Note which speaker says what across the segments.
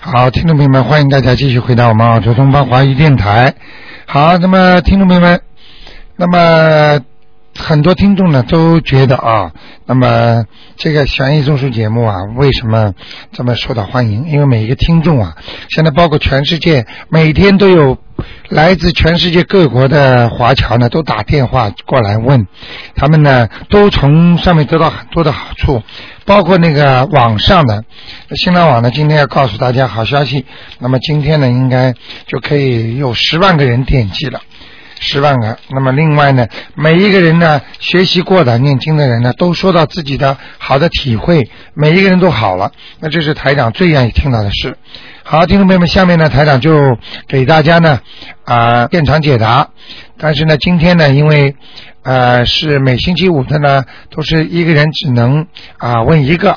Speaker 1: 好，听众朋友们，欢迎大家继续回到我们澳洲东方华语电台。好，那么听众朋友们，那么很多听众呢都觉得啊，那么这个悬疑综述节目啊，为什么这么受到欢迎？因为每一个听众啊，现在包括全世界，每天都有来自全世界各国的华侨呢，都打电话过来问，他们呢都从上面得到很多的好处，包括那个网上的新浪网呢，今天要告诉大家好消息。那么今天呢，应该就可以有十万个人点击了。十万个。那么另外呢，每一个人呢，学习过的、念经的人呢，都说到自己的好的体会，每一个人都好了。那这是台长最愿意听到的事。好，听众朋友们，下面呢，台长就给大家呢啊、现场解答。但是呢，今天呢，因为呃是每星期五的呢，都是一个人只能啊、问一个。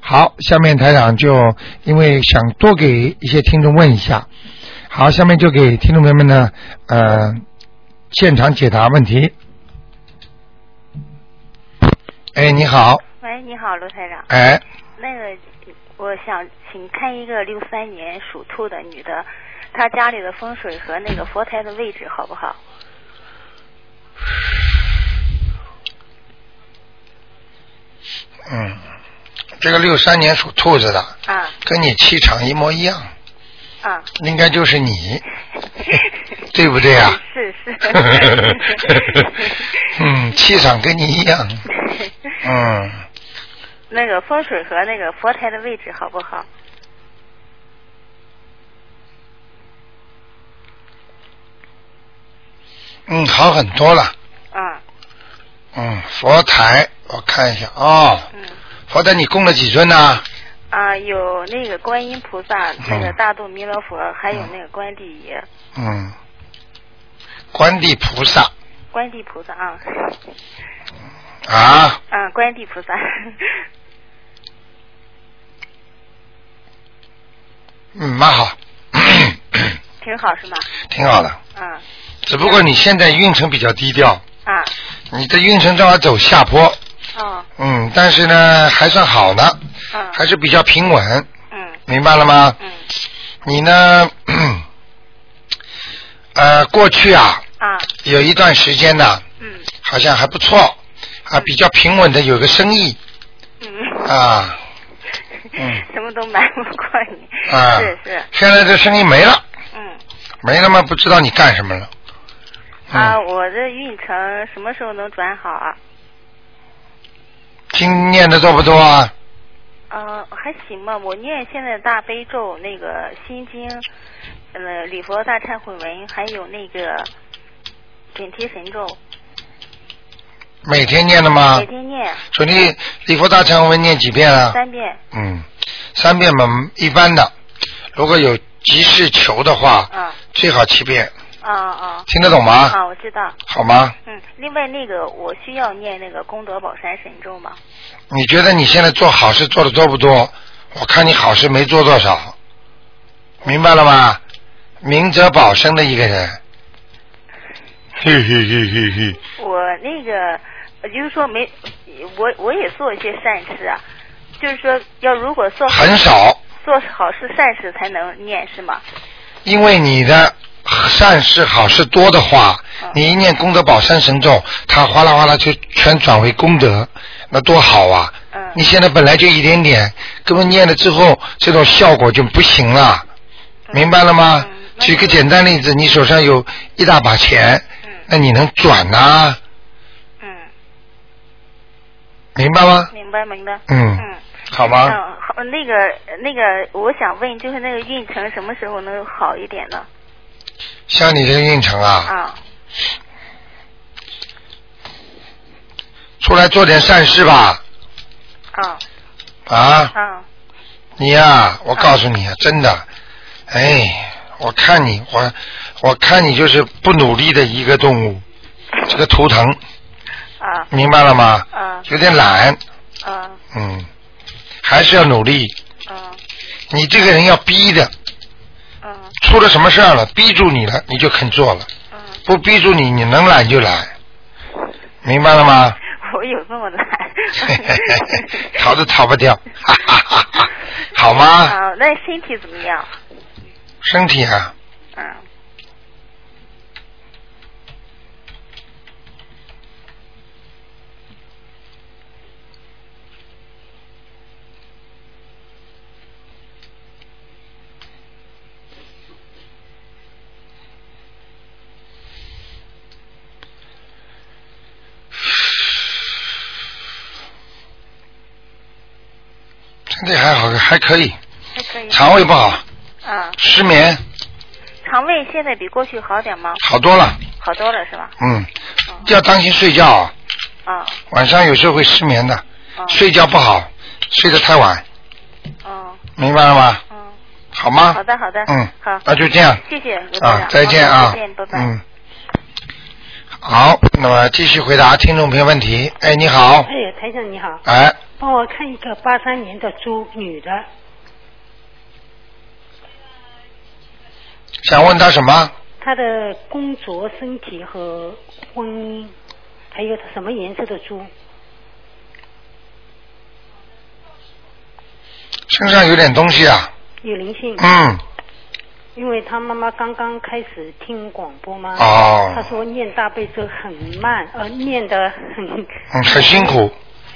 Speaker 1: 好，下面台长就因为想多给一些听众问一下，好，下面就给听众朋友们呢，呃，现场解答问题。哎，你好，
Speaker 2: 喂，你好，罗台长。
Speaker 1: 哎，
Speaker 2: 那个，我想请看一个六三年属兔的女的，她家里的风水和那个佛台的位置好不好？
Speaker 1: 嗯，这个六三年属兔子的，
Speaker 2: 啊
Speaker 1: 跟你气场一模一样，
Speaker 2: 啊，
Speaker 1: 应该就是你，对不对啊？。
Speaker 2: 是是
Speaker 1: 嗯，气场跟你一 样，嗯，
Speaker 2: 那个风水和那个佛台的位置好不好？
Speaker 1: 嗯，好很多了。
Speaker 2: 啊，
Speaker 1: 嗯，佛台，我看一下哦，
Speaker 2: 嗯
Speaker 1: 佛台你供了几尊呢？
Speaker 2: 啊，有那个观音菩萨，那个
Speaker 1: 嗯
Speaker 2: 大肚弥勒佛，还有那个观地爷、
Speaker 1: 嗯，观地菩萨
Speaker 2: 观地菩萨啊，
Speaker 1: 啊，
Speaker 2: 啊，观地菩萨，
Speaker 1: 嗯，蛮好，
Speaker 2: 挺好是吗？
Speaker 1: 挺好的。
Speaker 2: 啊
Speaker 1: 只不过你现在运程比较低调，
Speaker 2: 啊，
Speaker 1: 你的运程正好走下坡，
Speaker 2: 哦，
Speaker 1: 嗯，但是呢还算好呢，
Speaker 2: 嗯
Speaker 1: 还是比较平稳，
Speaker 2: 嗯
Speaker 1: 明白了吗？
Speaker 2: 嗯
Speaker 1: 你呢， 呃，过去啊
Speaker 2: 啊
Speaker 1: 有一段时间呢，
Speaker 2: 嗯
Speaker 1: 好像还不错，啊，比较平稳的有个生意
Speaker 2: 嗯。
Speaker 1: 啊，嗯
Speaker 2: 什么都瞒不过你。
Speaker 1: 啊
Speaker 2: 是是，
Speaker 1: 现在这生意没了，
Speaker 2: 嗯。
Speaker 1: 没了嘛，不知道你干什么了。
Speaker 2: 啊，
Speaker 1: 嗯，
Speaker 2: 我这运程什么时候能转好啊？
Speaker 1: 经念的多不多啊？
Speaker 2: 呃，还行吧，我念现在大悲咒、那个心经，呃，礼佛大忏悔文，还有那个准提神咒，
Speaker 1: 每天念的吗
Speaker 2: 每？天念
Speaker 1: 所以你礼佛大忏悔文念几遍啊？
Speaker 2: 三遍。
Speaker 1: 嗯，三遍嘛，一般的。如果有急事求的话，
Speaker 2: 啊
Speaker 1: 最好七遍，
Speaker 2: 啊啊！
Speaker 1: 听得懂吗？
Speaker 2: 啊，我知道。
Speaker 1: 好吗？
Speaker 2: 嗯，另外那个我需要念那个功德宝山神咒吗？
Speaker 1: 你觉得你现在做好事做的多不多？我看你好事没做多少，明白了吗？明哲保身的一个人，嘿嘿嘿嘿嘿，
Speaker 2: 我那个，呃就是说没，我我也做一些善事啊，就是说要如果做好
Speaker 1: 很少，啊
Speaker 2: 做好事善事才能念是吗？
Speaker 1: 因为你的善事好事多的
Speaker 2: 啊
Speaker 1: 话，你一念功德宝山神咒，它哗啦哗啦就全转为功德，那多好啊！
Speaker 2: 嗯
Speaker 1: 你现在本来就一点点，根本念了之后，这种效果就不行了，明白了吗
Speaker 2: 嗯？那
Speaker 1: 举个简单例子，你手上有一大把钱，
Speaker 2: 嗯
Speaker 1: 那你能转啊呐、
Speaker 2: 嗯，
Speaker 1: 明白吗？
Speaker 2: 明白明白。
Speaker 1: 嗯，
Speaker 2: 嗯，
Speaker 1: 好
Speaker 2: 嗯，
Speaker 1: 吗？
Speaker 2: 好，那个那个，我想问，就是那个运程什么时候能好一点呢？
Speaker 1: 像你这个运程啊，
Speaker 2: 啊，
Speaker 1: 出来做点善事吧，
Speaker 2: 啊，
Speaker 1: 啊，
Speaker 2: 啊，
Speaker 1: 你呀、我告诉你啊，真的，哎，我看你，我我看你就是不努力的一个动物，这个图腾，
Speaker 2: 啊，
Speaker 1: 明白了吗？
Speaker 2: 啊，
Speaker 1: 有点懒，
Speaker 2: 啊，
Speaker 1: 嗯，还是要努力。
Speaker 2: 啊，
Speaker 1: 你这个人要逼的，
Speaker 2: 啊，
Speaker 1: 出了什么事儿了，逼住你了，你就肯做了；
Speaker 2: 啊，
Speaker 1: 不逼住你，你能懒就懒，明白了吗？。
Speaker 2: 头有这么难
Speaker 1: 逃都逃不 掉，哈哈哈哈 好吗？
Speaker 2: 啊，那身体怎么样？
Speaker 1: 身体啊，
Speaker 2: 嗯，
Speaker 1: 身体还好，还可以。
Speaker 2: 还可以。
Speaker 1: 肠胃不好，
Speaker 2: 啊，
Speaker 1: 失眠
Speaker 2: 肠胃现在比过去好点吗？
Speaker 1: 好多了，
Speaker 2: 好多了是吧？
Speaker 1: 嗯，
Speaker 2: 哦
Speaker 1: 要当心睡觉啊，
Speaker 2: 啊，
Speaker 1: 晚上有时候会失眠的，
Speaker 2: 啊，
Speaker 1: 睡觉不好，睡得太晚，
Speaker 2: 嗯
Speaker 1: 明白了吗？
Speaker 2: 嗯，
Speaker 1: 好吗？
Speaker 2: 好的好的，
Speaker 1: 嗯
Speaker 2: 好，
Speaker 1: 那就这样
Speaker 2: 谢谢刘台
Speaker 1: 啊
Speaker 2: 长，，
Speaker 1: 再见啊，
Speaker 2: 好再见，拜拜。
Speaker 1: 嗯。好，那么继续回答听众朋友问题。哎，你好，
Speaker 3: 哎，台长你好，
Speaker 1: 哎，
Speaker 3: 帮我看一个八三年的猪女的，
Speaker 1: 想问他什么？
Speaker 3: 她的工作、身体和婚姻，还有她什么颜色的猪？
Speaker 1: 身上有点东西啊，
Speaker 3: 有灵性，
Speaker 1: 嗯，
Speaker 3: 因为她妈妈刚刚开始听广播嘛，
Speaker 1: 哦
Speaker 3: 她说念大悲咒很慢，呃，念的很，
Speaker 1: 嗯，很辛苦，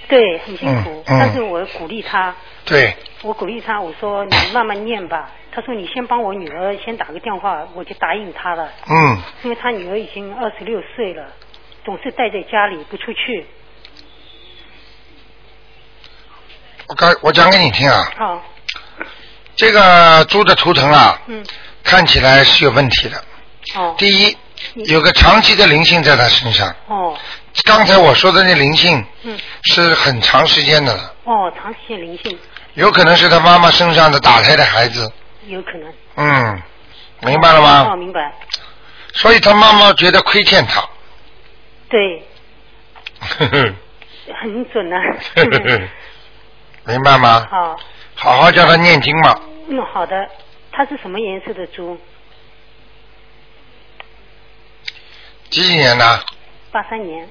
Speaker 3: 对，很辛苦
Speaker 1: 嗯嗯，
Speaker 3: 但是我鼓励她，
Speaker 1: 对，
Speaker 3: 我鼓励她，我说你慢慢念吧，她说你先帮我女儿先打个电话，我就答应她了。
Speaker 1: 嗯，
Speaker 3: 因为他女儿已经二十六岁了，总是待在家里不出去。
Speaker 1: 我刚我讲给你听啊，
Speaker 3: 啊，
Speaker 1: 这个猪的图腾啊，
Speaker 3: 嗯，
Speaker 1: 看起来是有问题的。
Speaker 3: 哦，
Speaker 1: 第一，有个长期的灵性在他身上，
Speaker 3: 哦，
Speaker 1: 刚才我说的那灵性
Speaker 3: 嗯，
Speaker 1: 是很长时间的了，
Speaker 3: 哦，长期灵性
Speaker 1: 有可能是他妈妈身上的打胎的孩子，
Speaker 3: 有可能。
Speaker 1: 嗯，明白了吗？
Speaker 3: 哦，明白。
Speaker 1: 所以他妈妈觉得亏欠他。
Speaker 3: 对，嗯很准啊呢、
Speaker 1: 明白吗？
Speaker 3: 好，
Speaker 1: 好好叫他念经嘛。
Speaker 3: 嗯，好的。它是什么颜色的猪？
Speaker 1: 几几年的？
Speaker 3: 八三年。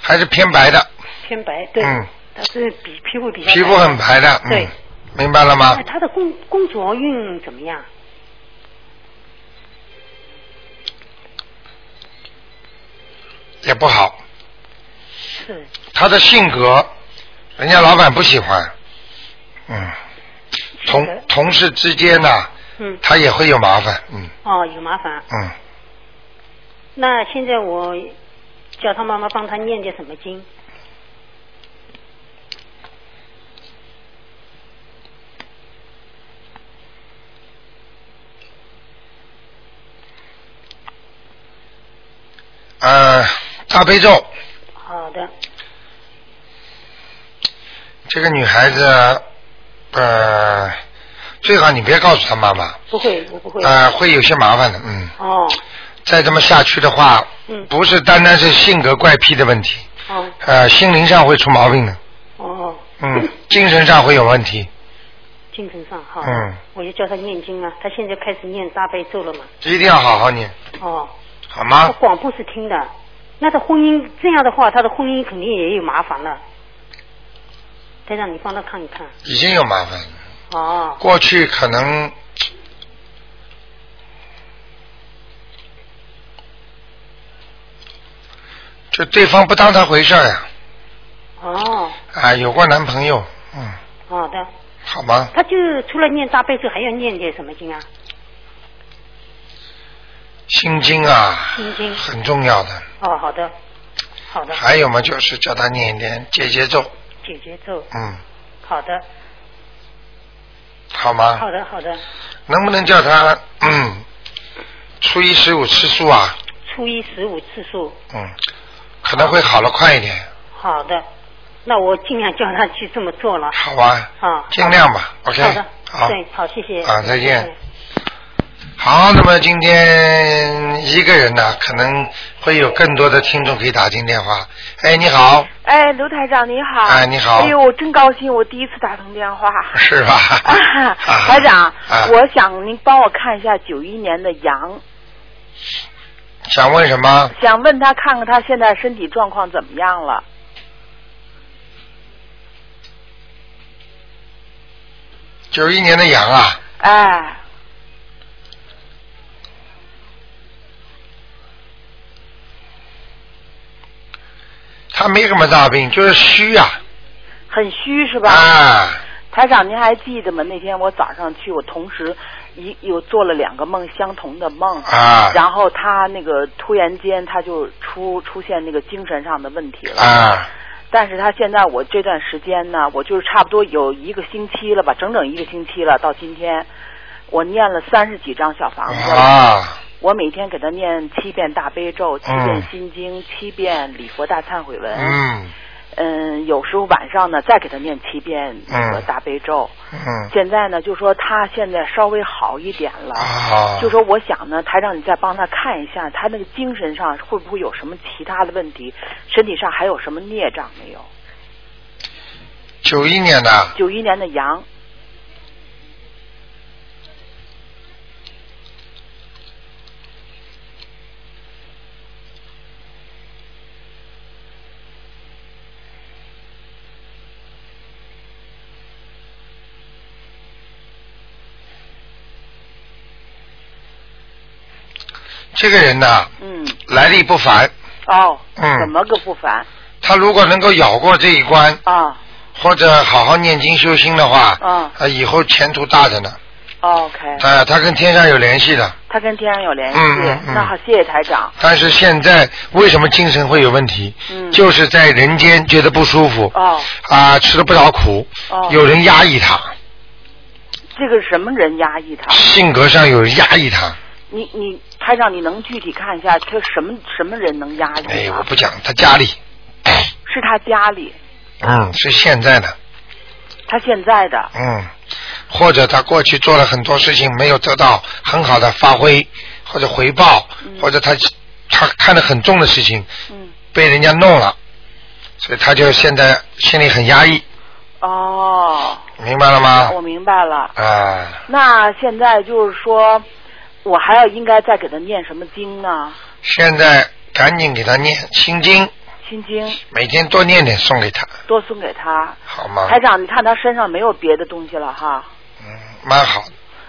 Speaker 1: 还是偏白的，
Speaker 3: 偏白，对，
Speaker 1: 嗯
Speaker 3: 它是比皮肤比较白
Speaker 1: 皮肤很白的。
Speaker 3: 对
Speaker 1: 嗯，明白了吗
Speaker 3: 哎，？他的工工作运怎么样？
Speaker 1: 也不好。
Speaker 3: 是，
Speaker 1: 他的性格，人家老板不喜欢。嗯，
Speaker 3: 是的
Speaker 1: 同同事之间呢、
Speaker 3: 嗯，
Speaker 1: 他也会有麻烦。嗯
Speaker 3: 哦，有麻烦。
Speaker 1: 嗯，
Speaker 3: 那现在我叫他妈妈帮他念点什么经？
Speaker 1: 呃，大悲咒，
Speaker 3: 好的，
Speaker 1: 这个女孩子，呃，最好你别告诉她妈妈，
Speaker 3: 不会，我不会。
Speaker 1: 呃，会有些麻烦的。嗯，
Speaker 3: 哦，
Speaker 1: 再这么下去的话，
Speaker 3: 嗯，
Speaker 1: 不是单单是性格怪癖的问题，
Speaker 3: 哦，
Speaker 1: 呃，心灵上会出毛病的，
Speaker 3: 哦，
Speaker 1: 嗯，精神上会有问题，
Speaker 3: 精神上哈，
Speaker 1: 嗯，
Speaker 3: 我就叫他念经啊，他现在开始念大悲咒了嘛，
Speaker 1: 一定要好好念，
Speaker 3: 哦，
Speaker 1: 好
Speaker 3: 他
Speaker 1: 吗？
Speaker 3: 广播是听的，那他婚姻这样的话，他的婚姻肯定也有麻烦了，再让你帮他看一看，
Speaker 1: 已经有麻烦了，
Speaker 3: 哦，
Speaker 1: 过去可能就对方不当他回事儿呀、
Speaker 3: 哦，
Speaker 1: 啊，有过男朋友，嗯，
Speaker 3: 好的，
Speaker 1: 好吗？
Speaker 3: 他就除了念大悲咒，还要念点什么经啊？
Speaker 1: 心经啊，
Speaker 3: 心经，
Speaker 1: 很重要的。
Speaker 3: 哦，好的，好的，
Speaker 1: 还有嘛，就是叫他念一点解结咒，
Speaker 3: 解决咒，
Speaker 1: 嗯，
Speaker 3: 好的，
Speaker 1: 好吗？
Speaker 3: 好的，好的，
Speaker 1: 能不能叫他嗯，初一十五吃素啊？
Speaker 3: 初一十五次数，
Speaker 1: 嗯，可能会好了快一点，
Speaker 3: 好的，那我尽量叫他去这么做了。
Speaker 1: 好吧？
Speaker 3: 啊
Speaker 1: 尽量吧，OK。
Speaker 3: 好的，
Speaker 1: 好，
Speaker 3: 对，好，谢谢。
Speaker 1: 啊再见
Speaker 3: 谢谢
Speaker 1: 好，那么今天一个人呢、可能会有更多的听众可以打进电话。哎，你好，
Speaker 4: 哎，刘台长你好。
Speaker 1: 哎你好
Speaker 4: 哎呦，我真高兴，我第一次打通 电话。
Speaker 1: 是吧？
Speaker 4: 啊，台长，
Speaker 1: 啊
Speaker 4: 我想您帮我看一下九一年的羊，
Speaker 1: 想问什么？
Speaker 4: 想问他看看他现在身体状况怎么样了。
Speaker 1: 九一年的羊啊，
Speaker 4: 哎，
Speaker 1: 他没什么大病，就是虚啊。
Speaker 4: 很虚是吧？
Speaker 1: 啊，
Speaker 4: 台长，您还记得吗？那天我早上去，我同时一有做了两个梦，相同的梦。
Speaker 1: 啊
Speaker 4: 然后他那个突然间他就出出现那个精神上的问题了。
Speaker 1: 啊，
Speaker 4: 但是他现在我这段时间呢，我就是差不多有一个星期了吧，整整一个星期了，到今天，我念了三十几张小房子了。
Speaker 1: 啊，
Speaker 4: 我每天给他念七遍大悲咒，七
Speaker 1: 嗯
Speaker 4: 遍心经，七遍礼佛大忏悔
Speaker 3: 呃
Speaker 4: 文。
Speaker 1: 嗯
Speaker 4: 嗯，有时候晚上呢，再给他念七遍礼佛大悲咒。
Speaker 1: 嗯，
Speaker 4: 现在呢，就说他现在稍微好一点了。
Speaker 1: 啊，
Speaker 4: 就说我想呢，台长，你再帮他看一下，他那个精神上会不会有什么其他的问题，身体上还有什么孽障没有？
Speaker 1: 九一年的，
Speaker 4: 九一年的羊，
Speaker 1: 这个人呢
Speaker 4: 嗯，
Speaker 1: 来历不凡，
Speaker 4: 哦，
Speaker 1: 嗯
Speaker 4: 怎么个不凡
Speaker 1: 他如果能够咬过这一关，
Speaker 4: 啊？
Speaker 1: 或者好好念经修心的话，
Speaker 4: 嗯哦
Speaker 1: 他以后前途大着呢。
Speaker 4: OK，
Speaker 1: 他他跟天上有联系的，
Speaker 4: 他跟天上有联系，
Speaker 1: 嗯嗯嗯
Speaker 4: 那好，谢谢台长。
Speaker 1: 但是现在为什么精神会有问题？
Speaker 4: 嗯，
Speaker 1: 就是在人间觉得不舒服，
Speaker 4: 哦
Speaker 1: 啊，吃了不少苦，
Speaker 4: 哦，
Speaker 1: 有人压抑他，
Speaker 4: 这个什么人压抑他？
Speaker 1: 性格上有人压抑他。
Speaker 4: 你你台长，你能具体看一下他什么什么人能压抑他？
Speaker 1: 哎，我不讲他家里，
Speaker 4: 是他家里，
Speaker 1: 嗯，是现在的，
Speaker 4: 他现在的
Speaker 1: 嗯，或者他过去做了很多事情没有得到很好的发挥或者回报，
Speaker 4: 嗯
Speaker 1: 或者他他看得很重的事情
Speaker 4: 嗯
Speaker 1: 被人家弄了，所以他就现在心里很压抑，
Speaker 4: 哦，
Speaker 1: 明白了吗
Speaker 4: 我？明白了。
Speaker 1: 啊，
Speaker 4: 那现在就是说，我还要应该再给他念什么经呢？
Speaker 1: 现在赶紧给他念心经，
Speaker 4: 心经
Speaker 1: 每天多念点送给他，
Speaker 4: 多送给他。
Speaker 1: 好吗？
Speaker 4: 台长，你看他身上没有别的东西了哈，
Speaker 1: 嗯，蛮好，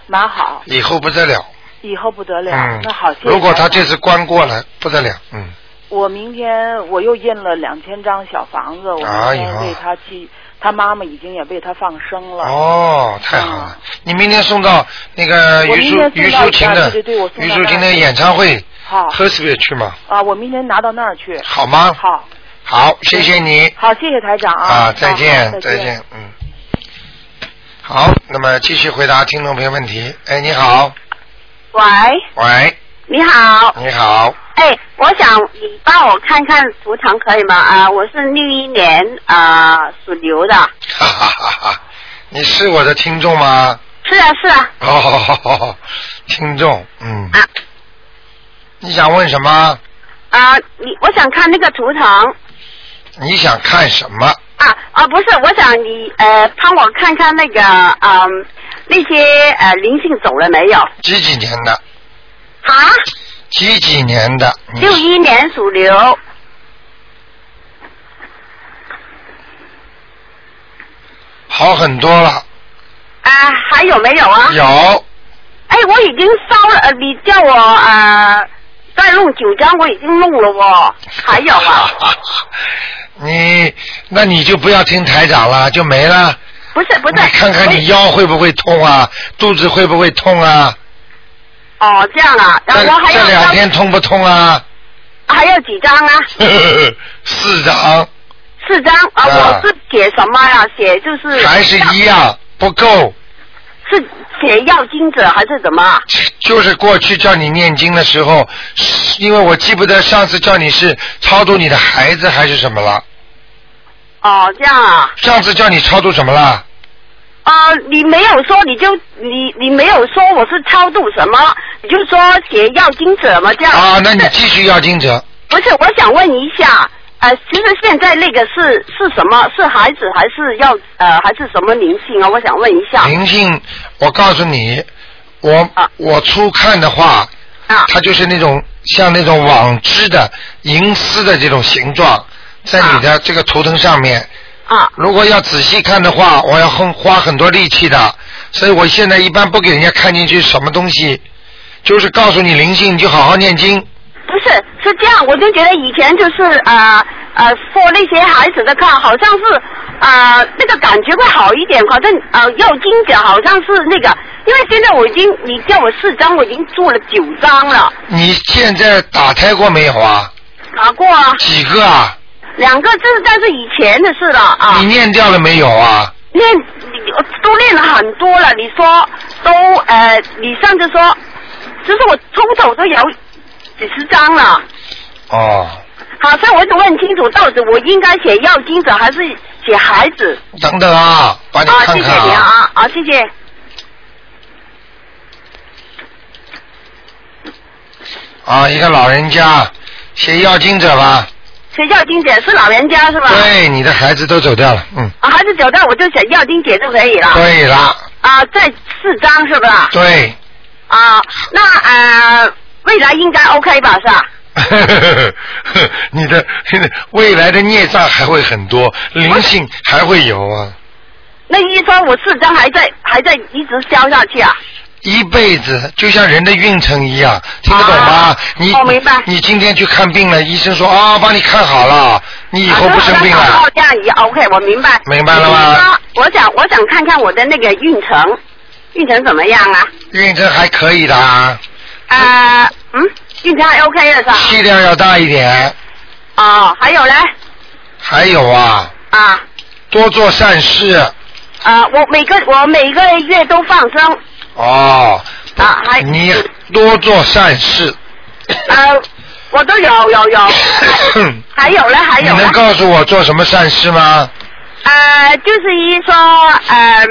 Speaker 4: 蛮好，
Speaker 1: 以后不得了。
Speaker 4: 以后不得了。
Speaker 5: 啊
Speaker 1: 嗯，
Speaker 4: 那好，谢谢
Speaker 1: 如果他
Speaker 4: 台长
Speaker 1: 这次关过了，不得了，嗯，
Speaker 4: 我明天我又印了两千张小房子，我
Speaker 1: 哎
Speaker 4: 明
Speaker 1: 呀
Speaker 4: 天为他去，他妈妈已经也为他放生了。
Speaker 1: 哦，太好了！你明天送到那个
Speaker 4: 嗯我
Speaker 1: 于
Speaker 4: 明
Speaker 1: 淑
Speaker 4: 天
Speaker 1: 于
Speaker 4: 送到
Speaker 1: 淑琴的
Speaker 4: 对对对我送到
Speaker 1: 于
Speaker 4: 那儿
Speaker 1: 淑琴的演唱会，
Speaker 4: 好
Speaker 1: 喝死也去嘛，
Speaker 4: 啊，我明天拿到那儿去。
Speaker 1: 好吗？
Speaker 4: 好，
Speaker 1: 好，谢谢你
Speaker 4: 好，谢谢台长啊。
Speaker 1: 啊，再
Speaker 4: 啊
Speaker 1: 见
Speaker 4: 好
Speaker 1: 再
Speaker 4: 再
Speaker 1: 见，嗯。好，那么继续回答听众朋友问题。哎，你好，
Speaker 6: 喂，
Speaker 1: 喂，
Speaker 6: 你好，
Speaker 1: 你好，
Speaker 6: 哎，我想你帮我看看图腾可以吗？啊、我是六一年啊、属牛的，
Speaker 1: 哈哈哈哈，你是我的听众吗？
Speaker 6: 是啊是啊，
Speaker 1: 哦， 听众，嗯
Speaker 6: 啊，
Speaker 1: 你想问什么？
Speaker 6: 啊、你我想看那个图腾
Speaker 1: 你想看什么？
Speaker 6: 啊啊，不是，我想你呃帮我看看那个嗯、那些呃灵性走了没有？
Speaker 1: 几几年的？
Speaker 6: 啊，
Speaker 1: 几几年的？你
Speaker 6: 嗯六一年属牛，
Speaker 1: 好很多了，
Speaker 6: 啊还有没有啊？
Speaker 1: 有
Speaker 6: 哎，我已经烧了，呃你叫我啊、呃再弄九张，我已经弄了哦，还 有啊。
Speaker 1: 你那你就不要听台长了，就没了。
Speaker 6: 不是不是，
Speaker 1: 你看看
Speaker 6: 我
Speaker 1: 你腰会不会痛啊？肚子会不会痛啊？
Speaker 6: 哦，这样啊，然
Speaker 1: 这
Speaker 6: 后我还
Speaker 1: 这
Speaker 6: 要
Speaker 1: 两天痛不痛啊？
Speaker 6: 还要几张啊？
Speaker 1: 四张
Speaker 6: 四张啊，
Speaker 1: 啊
Speaker 6: 我是写什么呀、写就是
Speaker 1: 还是一样不够，
Speaker 6: 是写要经者还是怎么啊？
Speaker 1: 就是过去叫你念经的时候，因为我记不得上次叫你是超度你的孩子还是什么了，
Speaker 6: 哦，这样啊，
Speaker 1: 上次叫你超度什么了？
Speaker 6: 啊、你没有说，你就你你没有说我是超度什么，你就说写要经者嘛，这样
Speaker 1: 啊，那你
Speaker 6: 是
Speaker 1: 继续要经者。
Speaker 6: 不是？我想问一下，呃，其实现在那个是是什么？是孩子还是要呃还是什么灵性啊？我想问一下。
Speaker 1: 灵性，我告诉你，我
Speaker 6: 啊
Speaker 1: 我初看的话，
Speaker 6: 啊
Speaker 1: 它就是那种像那种网织的银丝的这种形状，在你的这个图腾上面。
Speaker 6: 啊
Speaker 1: 如果要仔细看的话，我要很花很多力气的，所以我现在一般不给人家看进去什么东西，就是告诉你灵性，你就好好念经。
Speaker 6: 不是，是这样，我就觉得以前就是呃呃，说那些孩子的课，好像是呃那个感觉会好一点，好像呃要经者好像是那个，因为现在我已经你叫我四张，我已经做了九张了，
Speaker 1: 你现在打胎过没有啊？
Speaker 6: 打过啊，
Speaker 1: 几个啊？
Speaker 6: 两个这是但是以前的事了啊
Speaker 1: 你，念掉了没有啊？
Speaker 6: 练都练了很多了，你说都呃，你上次说，就是我出头都有几十张了。
Speaker 1: 哦，
Speaker 6: 好，所以我一直问清楚，到底我应该写要经者还是写孩子？
Speaker 1: 等等啊，帮你
Speaker 6: 啊，
Speaker 1: 看
Speaker 6: 谢谢
Speaker 1: 看
Speaker 6: 你啊，啊，谢谢。
Speaker 1: 啊，一个老人家写要经者吧，
Speaker 6: 写要经者是老人家是吧？。
Speaker 1: 对，你的孩子都走掉了，嗯，
Speaker 6: 啊，孩子走掉我就写要经者就可以了。。
Speaker 1: 对啦，
Speaker 6: 啊，这四张是吧？
Speaker 1: 对，
Speaker 6: 啊，那呃，未来应该 OK 吧，是吧？
Speaker 1: 你的你的未来的孽障还会很多，灵性还会有啊，
Speaker 6: 那医说我四张还在还在一直消下去啊？
Speaker 1: 一辈子就像人的运程一样，听得懂吗？
Speaker 6: 啊
Speaker 1: 你
Speaker 6: 我明白
Speaker 1: 你今天去看病了，医生说啊，帮你看好了，你以后
Speaker 6: 啊
Speaker 1: 不生病
Speaker 6: 那
Speaker 1: 了
Speaker 6: 好，这样也 OK，我明白。
Speaker 1: 明白了吗
Speaker 6: 啊我想我想看看我的那个运程，运程怎么样啊？
Speaker 1: 运程还可以的啊，
Speaker 6: 呃，嗯，运程还 OK 的是吧？
Speaker 1: 气量要大一点。
Speaker 6: 哦，还有嘞，
Speaker 1: 还有啊，
Speaker 6: 啊，
Speaker 1: 多做善事
Speaker 6: 啊，我每个我每个月都放生，
Speaker 1: 哦。
Speaker 6: 啊还
Speaker 1: 你多做善事。
Speaker 6: 呃，我都有有有，还有嘞 还
Speaker 1: 你
Speaker 6: 有嘞
Speaker 1: 能，告诉我做什么善事吗？
Speaker 6: 呃，就是一说，嗯、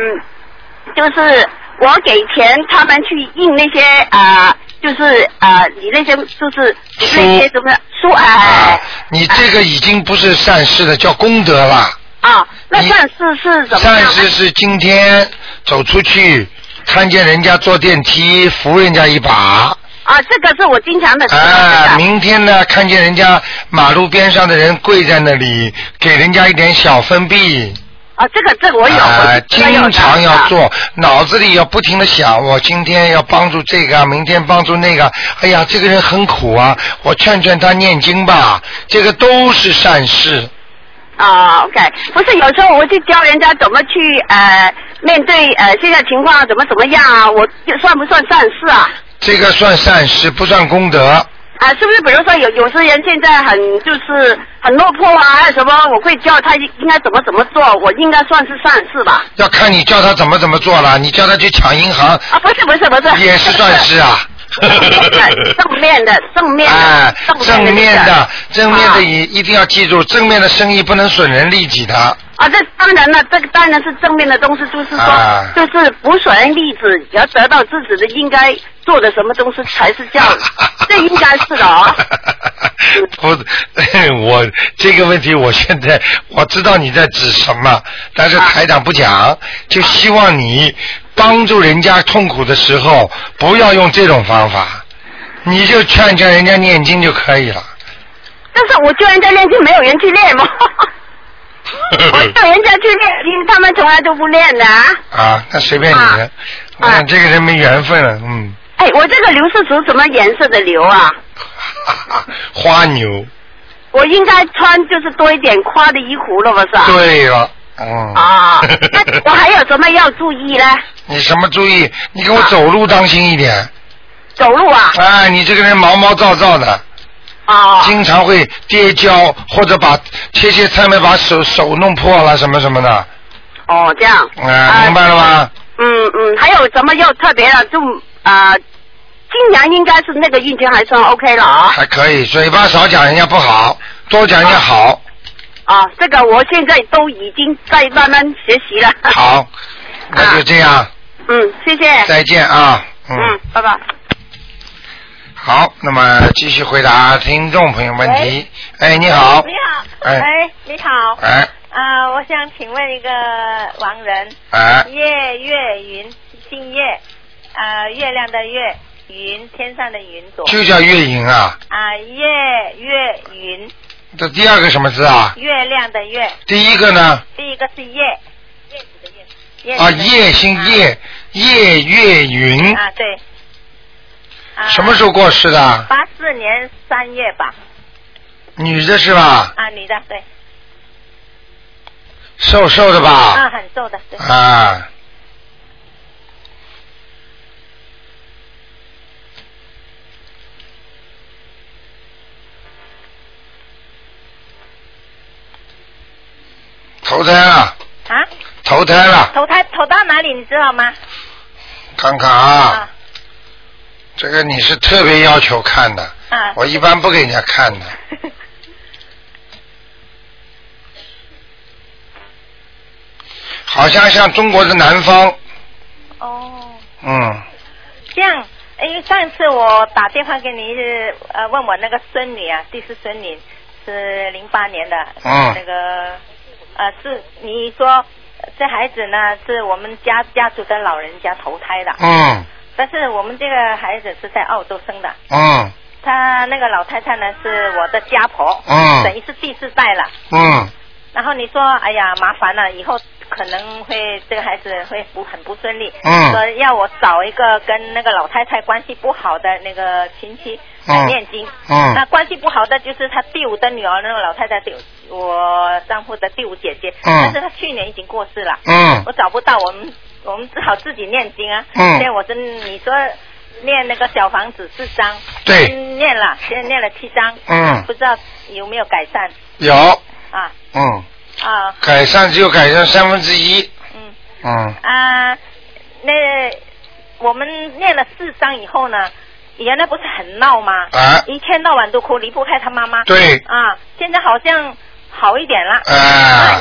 Speaker 6: 就是我给钱他们去印那些呃，就是呃，你那些就是
Speaker 1: 书
Speaker 6: 那些什么书
Speaker 1: 啊
Speaker 6: 哎，
Speaker 1: 你这个已经不是善事了，叫功德了。
Speaker 6: 啊、那
Speaker 1: 你
Speaker 6: 善事是怎么
Speaker 1: 善
Speaker 6: 样？
Speaker 1: 事是今天走出去，看见人家坐电梯，扶人家一把。
Speaker 6: 啊，这个是我经常的，
Speaker 1: 哎、
Speaker 6: 啊
Speaker 1: 明天呢，看见人家马路边上的人跪在那里，给人家一点小分币。
Speaker 6: 啊，这个这个我有，
Speaker 1: 哎
Speaker 6: 我这个有
Speaker 1: 经
Speaker 6: 的
Speaker 1: 常要
Speaker 6: 啊
Speaker 1: 做，脑子里要不停的想，我今天要帮助这个，明天帮助那个。哎呀，这个人很苦啊，我劝劝他念经吧，这个都是善事。
Speaker 6: 啊、o k 不是有时候我去教人家怎么去呃面对呃现在情况怎么怎么样啊，我就算不算善事啊？
Speaker 1: 这个算善事，不算功德。
Speaker 6: 啊、是不是比如说有有些人现在很就是很落魄啊，还有什么，我会教他应该怎么怎么做，我应该算是善事吧？
Speaker 1: 要看你叫他怎么怎么做了，你叫他去抢银行，
Speaker 6: 啊，不是不是不是，
Speaker 1: 也是善事啊。
Speaker 6: 正面的正面的
Speaker 1: 哎，
Speaker 6: 正
Speaker 1: 正
Speaker 6: 面的
Speaker 1: 面
Speaker 6: 就是
Speaker 1: 的，正面
Speaker 6: 啊
Speaker 1: 的也一定要记住，正面的生意不能损人利己的。
Speaker 6: 啊，这当然了，这个当然是正面的东西，就是说，
Speaker 1: 啊
Speaker 6: 就是不损例子，要得到自己的应该做的什么东西才是叫， 这应该是的啊、
Speaker 1: 不， 我这个问题，我现在我知道你在指什么，但
Speaker 6: 啊
Speaker 1: 是台长不讲，就希望你帮助人家痛苦的时候，不要用这种方法，你就劝劝人家念经就可以了。
Speaker 6: 但是我叫人家练就没有人去 练嘛，我叫人家去练，因为他们从来都不练的、啊。
Speaker 1: 啊，那随便你
Speaker 6: 啊
Speaker 1: 了，我
Speaker 6: 啊
Speaker 1: 看这个人没缘分了，嗯，
Speaker 6: 哎，我这个瘤是属什么颜色的瘤啊？
Speaker 1: 花牛，
Speaker 6: 我应该穿就是多一点花的衣服了，不是啊？。
Speaker 1: 对了，嗯，
Speaker 6: 啊，那我还有什么要注意呢？
Speaker 1: 你什么注意？你给我走路当心一点。
Speaker 6: 走路啊，
Speaker 1: 哎，你这个人毛毛躁躁的，
Speaker 6: 啊，
Speaker 1: 经常会跌跤，或者把切切菜没把手手弄破了什么什么的，啊、
Speaker 6: 哦，这样。
Speaker 1: 呃明白了吗？
Speaker 6: 嗯嗯，还有什么要特别的？就啊、呃，今年应该是那个运气还算 OK 了啊
Speaker 1: 还可以，嘴巴少讲人家不好，多讲人家好，
Speaker 6: 啊，这个我现在都已经在慢慢学习了。
Speaker 1: 好，那就这样，
Speaker 6: 嗯，谢谢。
Speaker 1: 再见啊，嗯，
Speaker 6: 嗯，拜拜。
Speaker 1: 好，那么继续回答听众朋友问题。哎，你好，
Speaker 7: 你好，
Speaker 1: 哎
Speaker 7: 哎，你好，
Speaker 1: 哎
Speaker 7: 啊、我想请问一个亡人，
Speaker 1: 哎，
Speaker 7: 叶月云，姓叶，呃，月亮的月，云，天上的云朵
Speaker 1: 就叫月影啊。
Speaker 7: 啊，月月云，
Speaker 1: 这第二个什么字啊？
Speaker 7: 月亮的月，
Speaker 1: 第一个呢？
Speaker 7: 第一个是叶，叶子的叶，
Speaker 1: 啊，夜星夜夜月云，
Speaker 7: 啊，对。啊、
Speaker 1: 什么时候过世的？
Speaker 7: 八四年三月吧，
Speaker 1: 女的是吧？
Speaker 7: 啊，女的对，
Speaker 1: 瘦瘦的
Speaker 7: 啊，
Speaker 1: 吧？
Speaker 7: 很瘦的，对，
Speaker 1: 啊。投胎了，
Speaker 7: 啊，
Speaker 1: 投胎了，
Speaker 7: 投胎投到哪里你知道吗？
Speaker 1: 看看啊，这个你是特别要求看的，
Speaker 7: 啊，
Speaker 1: 我一般不给人家看 的。好像像中国的南方，
Speaker 7: 哦，
Speaker 1: 嗯，
Speaker 7: 这样，因为上次我打电话给你，呃，问我那个孙女啊，第四孙女是零八年的，
Speaker 1: 嗯
Speaker 7: 那个，呃，是你说这孩子呢是我们家家族的老人家投胎的，
Speaker 1: 嗯
Speaker 7: 但是我们这个孩子是在澳洲生的，
Speaker 1: 嗯
Speaker 7: 他那个老太太呢是我的家婆，
Speaker 1: 嗯
Speaker 7: 等于是第四代了。
Speaker 1: 嗯
Speaker 7: 然后你说，哎呀，麻烦了，以后可能会这个孩子会不很不顺利。
Speaker 1: 嗯
Speaker 7: 说要我找一个跟那个老太太关系不好的那个亲戚来
Speaker 1: 嗯
Speaker 7: 念经。那
Speaker 1: 嗯
Speaker 7: 关系不好的就是他第五的女儿，那个老太太第五，我丈夫的第五姐姐。但是她去年已经过世了，
Speaker 1: 嗯
Speaker 7: 我找不到，我们我们只好自己念经啊。
Speaker 1: 嗯
Speaker 7: 现在我是你说念那个小房子四张，
Speaker 1: 对
Speaker 7: 先念了，现在念了七张，
Speaker 1: 嗯
Speaker 7: 不，知道有没有改善
Speaker 1: 有，
Speaker 7: 啊
Speaker 1: 嗯，
Speaker 7: 啊
Speaker 1: 改善只有改善三分之一，
Speaker 7: 嗯。
Speaker 1: 嗯
Speaker 7: 啊，那我们念了四章以后呢，原来不是很闹吗？
Speaker 1: 啊，
Speaker 7: 一天到晚都哭，离不开他妈妈。
Speaker 1: 对，
Speaker 7: 啊，现在好像好一点了。
Speaker 1: 啊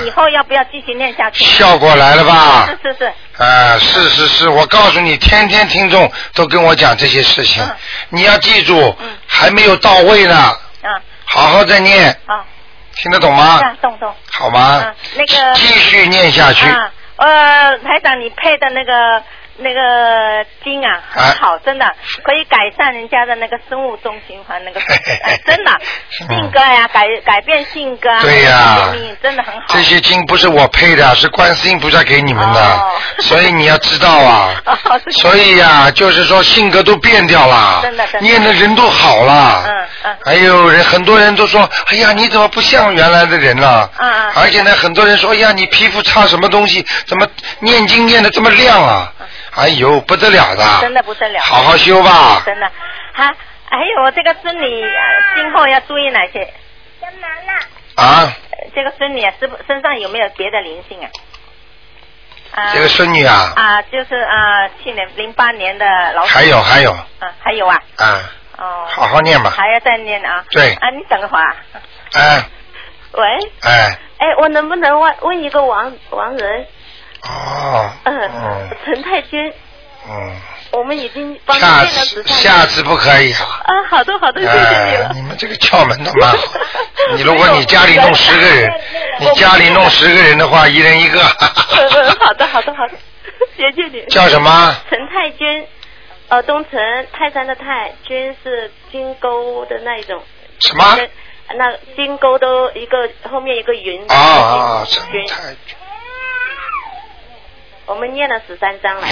Speaker 7: 那以后要不要继续念下去？
Speaker 1: 效果来了吧？
Speaker 7: 是是是，
Speaker 1: 啊，是是是，我告诉你，天天听众都跟我讲这些事情
Speaker 7: 嗯，
Speaker 1: 你要记住
Speaker 7: 嗯，
Speaker 1: 还没有到位呢，
Speaker 7: 啊
Speaker 1: 好好再念，
Speaker 7: 啊，
Speaker 1: 听得懂
Speaker 7: 这
Speaker 1: 吗？
Speaker 7: 样动动。
Speaker 1: 好吗
Speaker 7: 嗯？那个
Speaker 1: 继续念下去，
Speaker 7: 啊，呃，台长，你配的那个那个经啊，很好，真的可以改善人家的那个生物钟循环，那 个、哎真的
Speaker 1: 嗯
Speaker 7: 性格呀、改改变性格啊，
Speaker 1: 对呀
Speaker 7: 改变命运真的很好。
Speaker 1: 这些经不是我配的，是观世音菩萨给你们的
Speaker 7: 哦，
Speaker 1: 所以你要知道啊。
Speaker 7: 哦，是
Speaker 1: 所以呀、就是说性格都变掉了
Speaker 7: 真的，真的
Speaker 1: 念的人都好了。
Speaker 7: 嗯嗯
Speaker 1: 还有人很多人都说，哎呀，你怎么不像原来的人了？
Speaker 7: 嗯嗯
Speaker 1: 而且呢，很多人说，哎呀，你皮肤擦什么东西？怎么念经念的这么亮啊？哎呦，不得了的。
Speaker 7: 嗯真的不得了，
Speaker 1: 好好修吧。
Speaker 7: 真的还、还有这个孙女呃今后要注意哪些？
Speaker 1: 啊，
Speaker 7: 呃这个孙女啊，是不身上有没有别的灵性啊？啊
Speaker 1: 这个孙女啊，
Speaker 7: 啊，就是啊，去年零八年的老鼠
Speaker 1: 还有还有
Speaker 7: 啊，还有啊，
Speaker 1: 啊，
Speaker 7: 哦，
Speaker 1: 好好念吧。
Speaker 7: 还要再念啊？
Speaker 1: 对
Speaker 7: 啊，你等会儿啊。
Speaker 1: 哎
Speaker 7: 喂，
Speaker 1: 哎，
Speaker 8: 哎，我能不能问问一个亡亡人？
Speaker 1: 啊哦，
Speaker 8: 嗯、
Speaker 1: 嗯
Speaker 8: 呃陈太君，
Speaker 1: 嗯，
Speaker 8: 我们已 经帮他
Speaker 1: 下
Speaker 8: 念了十
Speaker 1: 次
Speaker 8: 三
Speaker 1: 下次不可以啊。
Speaker 8: 啊，好的好的，谢谢你
Speaker 1: 哎，
Speaker 8: 了。
Speaker 1: 你们这个窍门倒蛮好。你如果你家里弄十 个人，你家里弄十个人的话，一人一个。
Speaker 8: 嗯嗯，好的好的好的， 谢谢你。
Speaker 1: 叫什么？
Speaker 8: 陈太君，呃，东城泰山的泰，君是金钩的那一种，
Speaker 1: 什么？
Speaker 8: 那那金钩都一个后面一个云，
Speaker 1: 啊啊！
Speaker 8: 军
Speaker 1: 陈太君，
Speaker 8: 我们念了十三章了。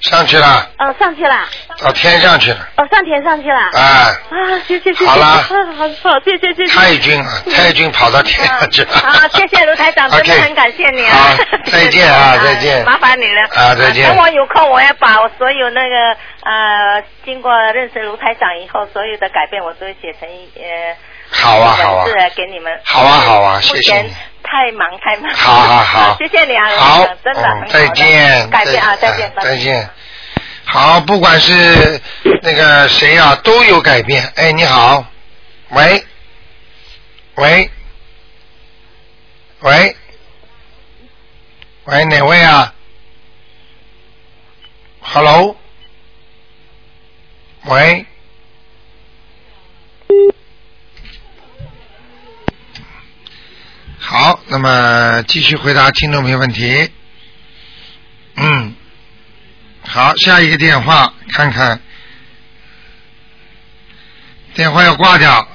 Speaker 1: 上去了，
Speaker 8: 嗯、上去了，
Speaker 1: 到天上去了。
Speaker 8: 哦，上田上去了。
Speaker 1: 啊，
Speaker 8: 啊，谢谢谢谢，
Speaker 1: 好啦
Speaker 8: 啊好好，谢谢谢谢。
Speaker 1: 太君啊，太君跑到天 上去了。
Speaker 7: 啊，谢谢卢台长，真的
Speaker 1: OK
Speaker 7: 很感谢你
Speaker 1: 好
Speaker 7: 啊！
Speaker 1: 再见啊再见
Speaker 7: 麻烦你了
Speaker 1: 啊再见
Speaker 7: 等我有空，我要把我所有那个呃，经过认识卢台长以后所有的改变，我都会写成一呃，
Speaker 1: 好啊，好啊
Speaker 7: 文，字给你们。
Speaker 1: 好啊，好啊，谢谢
Speaker 7: 目前
Speaker 1: 你。
Speaker 7: 太忙太忙。
Speaker 1: 好好好
Speaker 7: 啊谢谢你啊，卢
Speaker 1: 好
Speaker 7: 台长，真的很
Speaker 1: 嗯
Speaker 7: 好，的
Speaker 1: 再见，
Speaker 7: 改变啊，再见，拜拜
Speaker 1: 再见。好，不管是那个谁啊，都有改变。哎，你好，喂，喂，喂，喂，哪位啊？Hello，喂，好，那么继续回答听众朋友问题。嗯，好，下一个电话看看，电话要挂掉。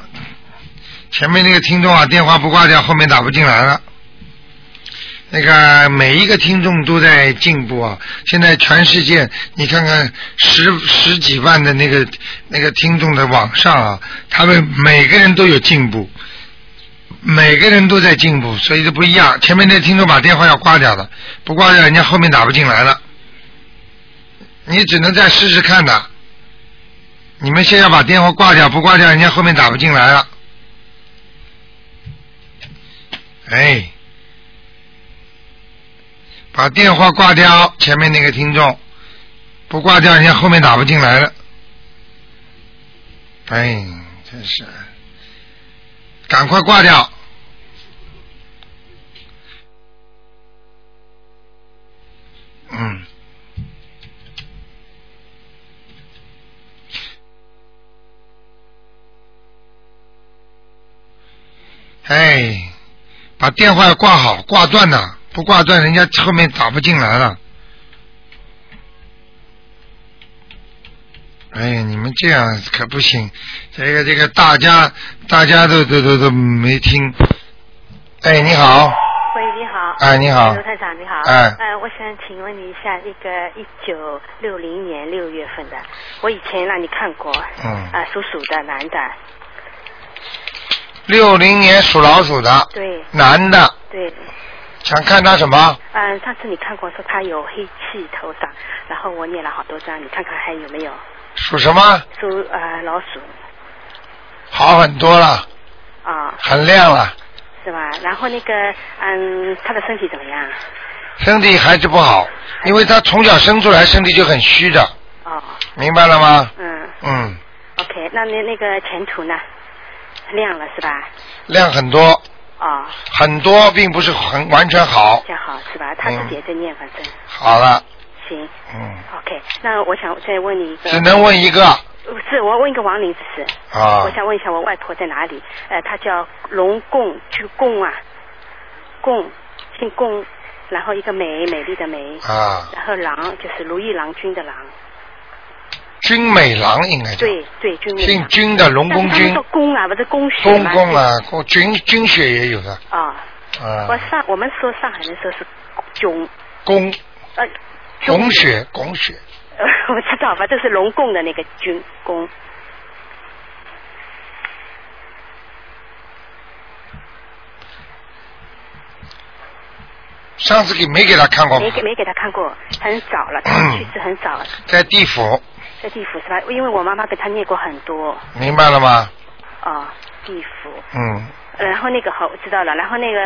Speaker 1: 前面那个听众啊，电话不挂掉，后面打不进来了。那个每一个听众都在进步啊！现在全世界，你看看十十几万的那个那个听众的网上啊，他们每个人都有进步，每个人都在进步，所以都不一样。前面那听众把电话要挂掉了，不挂掉人家后面打不进来了。你只能再试试看的。你们先要把电话挂掉，不挂掉人家后面打不进来了。哎，把电话挂掉，前面那个听众不挂掉，人家后面打不进来了。哎，真是，赶快挂掉。嗯，哎。把电话挂好，挂断了，不挂断人家后面打不进来了。哎呀，你们这样可不行，这个这个大家大家都都都都没听。哎，你好，
Speaker 9: 喂，你好。
Speaker 1: 哎你好
Speaker 9: 刘台长，你好。
Speaker 1: 哎
Speaker 9: 呃，我想请问你一下，一个一九六零年六月份的，我以前让你看过，啊、
Speaker 1: 嗯，
Speaker 9: 属鼠的男的，
Speaker 1: 六零年属老鼠的
Speaker 9: 对
Speaker 1: 男的，
Speaker 9: 对，
Speaker 1: 想看他什么？
Speaker 9: 嗯、上次你看过说他有黑气头上，然后我念了好多张，你看看还有没有？
Speaker 1: 属什么？
Speaker 9: 属呃老鼠
Speaker 1: 好很多了，
Speaker 9: 啊、
Speaker 1: 很亮了，
Speaker 9: 是吧？然后那个嗯，他的身体怎么样？
Speaker 1: 身体还是不好，因为他从小生出来身体就很虚的，
Speaker 9: 哦，
Speaker 1: 明白了吗？
Speaker 9: 嗯
Speaker 1: 嗯，
Speaker 9: ，OK，那那那个前途呢？亮了是吧？
Speaker 1: 亮很多，
Speaker 9: 哦，
Speaker 1: 很多并不是很完全好
Speaker 9: 比。较好是吧？他自己也在念，反正
Speaker 1: 好了，
Speaker 9: 行。
Speaker 1: 嗯，
Speaker 9: OK，那我想再问你一个，
Speaker 1: 只能问一个
Speaker 9: 不是我问一个亡灵是不是？
Speaker 1: 啊
Speaker 9: 我。想问一下我外婆在哪里？呃，她叫龙贡，居贡啊，贡，姓贡，然后一个美，美丽的美，
Speaker 1: 啊，
Speaker 9: 然后郎就是如意郎君的郎，
Speaker 1: 君美郎应该叫，
Speaker 9: 对对，君美
Speaker 1: 姓
Speaker 9: 郎。
Speaker 1: 君的龙宫
Speaker 9: 但是他们
Speaker 1: 君
Speaker 9: 说，公啊，不是公学
Speaker 1: 宫
Speaker 9: 吗？
Speaker 1: 宫啊，宫君君血也有的
Speaker 9: 啊，
Speaker 1: 啊
Speaker 9: 我，上我们说上海人说是囧，
Speaker 1: 宫
Speaker 9: 呃， 囧
Speaker 1: 拱血拱血，
Speaker 9: 呃，我知道，反正是龙贡的那个军工。
Speaker 1: 上次给没给他看过吗
Speaker 9: 没？给没给他看过，很早了，他去世很早了，
Speaker 1: 在地府，
Speaker 9: 在地府是吧？因为我妈妈给他念过很多
Speaker 1: 明白了吗？
Speaker 9: 哦，地府。
Speaker 1: 嗯，
Speaker 9: 然后那个好，我知道了。然后那个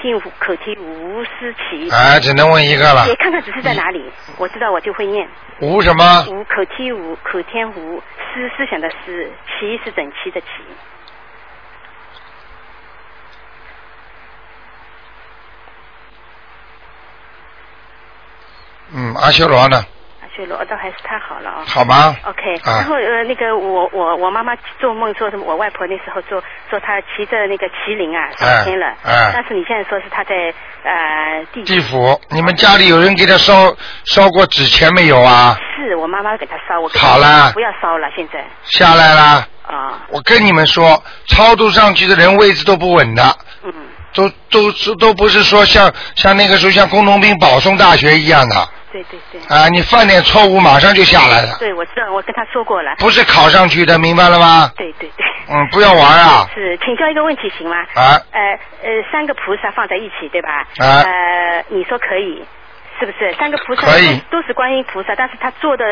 Speaker 9: 姓吴口蹄吴思琪，
Speaker 1: 哎，只能问一个了
Speaker 9: 也。看看只是在哪里，我知道我就会念。
Speaker 1: 吴什么？
Speaker 9: 吴口蹄吴口天吴思思想的思，琪是整齐的齐。
Speaker 1: 嗯，阿修罗呢？
Speaker 9: 啊，所以罗倒还是太好了啊、
Speaker 1: 好吧，
Speaker 9: OK，、
Speaker 1: 啊
Speaker 9: 然后呃，那个我我我妈妈做梦说什么？我外婆那时候做说她骑着那个麒麟啊上天了，
Speaker 1: 哎
Speaker 9: 但是你现在说是她在呃地
Speaker 1: 地府，你们家里有人给他烧烧过纸钱没有啊？
Speaker 9: 是我妈妈给她烧，我给她
Speaker 1: 好啦
Speaker 9: 不要烧了，现在
Speaker 1: 下来啦。
Speaker 9: 啊、
Speaker 1: 我跟你们说，超度上去的人位置都不稳的，
Speaker 9: 嗯，
Speaker 1: 都都都都不是说像像那个时候像工农兵保送大学一样的
Speaker 9: 对对对，
Speaker 1: 啊，你犯点错误马上就下来了，
Speaker 9: 对我知道，我跟她说过了，
Speaker 1: 不是啊考上去的，明白了吗？
Speaker 9: 对对对，
Speaker 1: 嗯，不要玩啊
Speaker 9: 是请教一个问题行吗？
Speaker 1: 啊！
Speaker 9: 呃呃，三个菩萨放在一起对吧？
Speaker 1: 啊
Speaker 9: 呃，你说可以。是不是三个菩萨
Speaker 1: 可以
Speaker 9: 都都是观音菩萨，但是他坐的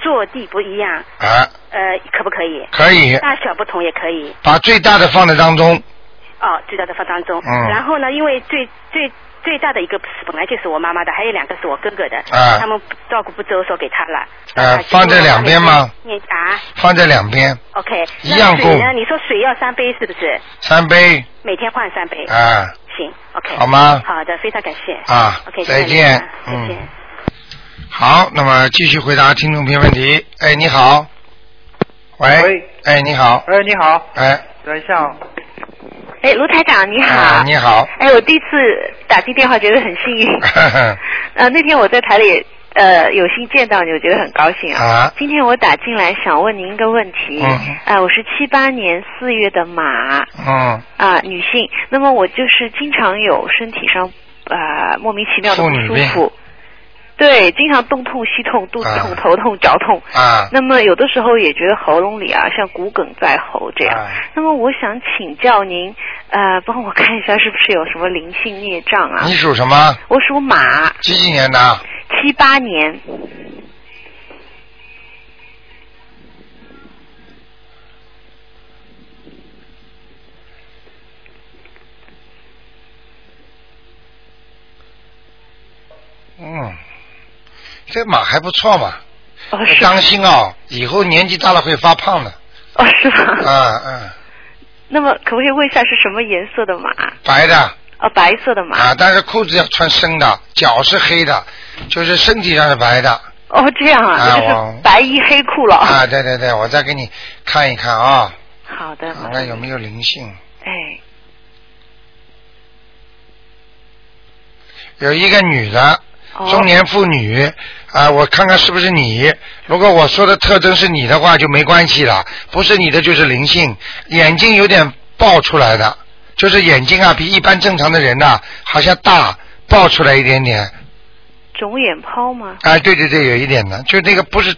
Speaker 9: 坐地不一样，
Speaker 1: 啊，
Speaker 9: 呃，可不可以？
Speaker 1: 可以
Speaker 9: 大小不同也可以。
Speaker 1: 把最大的放在当中，
Speaker 9: 哦，最大的放当中。
Speaker 1: 嗯
Speaker 9: 然后呢，因为最最最大的一个本来就是我妈妈的，还有两个是我哥哥的。
Speaker 1: 啊
Speaker 9: 他们照顾不周，说给他了。
Speaker 1: 啊，放在两边吗？？
Speaker 9: 念啊
Speaker 1: 放在两边，
Speaker 9: ，OK。
Speaker 1: 一样
Speaker 9: 那水呢？
Speaker 1: 供
Speaker 9: 你说水要三杯是不是？
Speaker 1: 三杯
Speaker 9: 每天换三杯。
Speaker 1: 啊
Speaker 9: 行，OK。
Speaker 1: 好吗
Speaker 9: 好的，非常感谢。
Speaker 1: 啊
Speaker 9: OK，，
Speaker 1: 再
Speaker 9: 谢谢你
Speaker 1: 见
Speaker 9: 啊，再
Speaker 1: 嗯
Speaker 9: 见。。
Speaker 1: 好，那么继续回答听众朋友问题。哎，你好。喂。
Speaker 10: 喂
Speaker 1: 哎，你好。
Speaker 10: 哎，你好，
Speaker 1: 哎，
Speaker 10: 等一下啊，哎，卢台长你好、
Speaker 1: 啊，你 好，
Speaker 10: 哎，我第一次打进电话，觉得很 幸运。呃，那天我在台里呃有幸见到你，我觉得很高兴啊。
Speaker 1: 啊
Speaker 10: 今天我打进来想问您一个问题。
Speaker 1: 嗯
Speaker 10: 啊，我是七八年四月的马
Speaker 1: 嗯，
Speaker 10: 啊、女性。那么我就是经常有身体上啊、莫名其妙的
Speaker 1: 妇
Speaker 10: 不
Speaker 1: 女
Speaker 10: 舒
Speaker 1: 病
Speaker 10: 服，对，经常东痛西痛，肚子痛、
Speaker 1: 啊
Speaker 10: 头痛、脚痛。
Speaker 1: 啊，
Speaker 10: 那么有的时候也觉得喉咙里啊，像骨梗在喉这
Speaker 1: 啊
Speaker 10: 样。那么我想请教您，呃，帮我看一下是不是有什么灵性孽障啊
Speaker 1: 你？属什么？
Speaker 10: 我属马，
Speaker 1: 几几年的？
Speaker 10: 七八年，
Speaker 1: 嗯，这马还不错嘛。
Speaker 10: 哦，
Speaker 1: 是。当心哦，以后年纪大了会发胖的。
Speaker 10: 哦，是吗？
Speaker 1: 啊嗯，
Speaker 10: 那么可不可以问一下是什么颜色的马？
Speaker 1: 白的
Speaker 10: 哦，白色的马。
Speaker 1: 啊，但是裤子要穿深的，脚是黑的，就是身体上是白的。
Speaker 10: 哦，这样啊，
Speaker 1: 啊
Speaker 10: 那就是
Speaker 1: 我
Speaker 10: 白衣黑裤了。
Speaker 1: 啊，对对对，我再给你看一看啊，
Speaker 10: 好的，
Speaker 1: 看看有没有灵性。
Speaker 10: 哎，
Speaker 1: 有一个女的，
Speaker 10: 哦
Speaker 1: 中年妇女啊，我看看是不是你。如果我说的特征是你的话，就没关系了；不是你的，就是灵性。眼睛有点爆出来的，就是眼睛啊，比一般正常的人呐、好像大爆出来一点点。
Speaker 10: 肿眼泡吗？
Speaker 1: 啊，对对对，有一点的，就那个不是，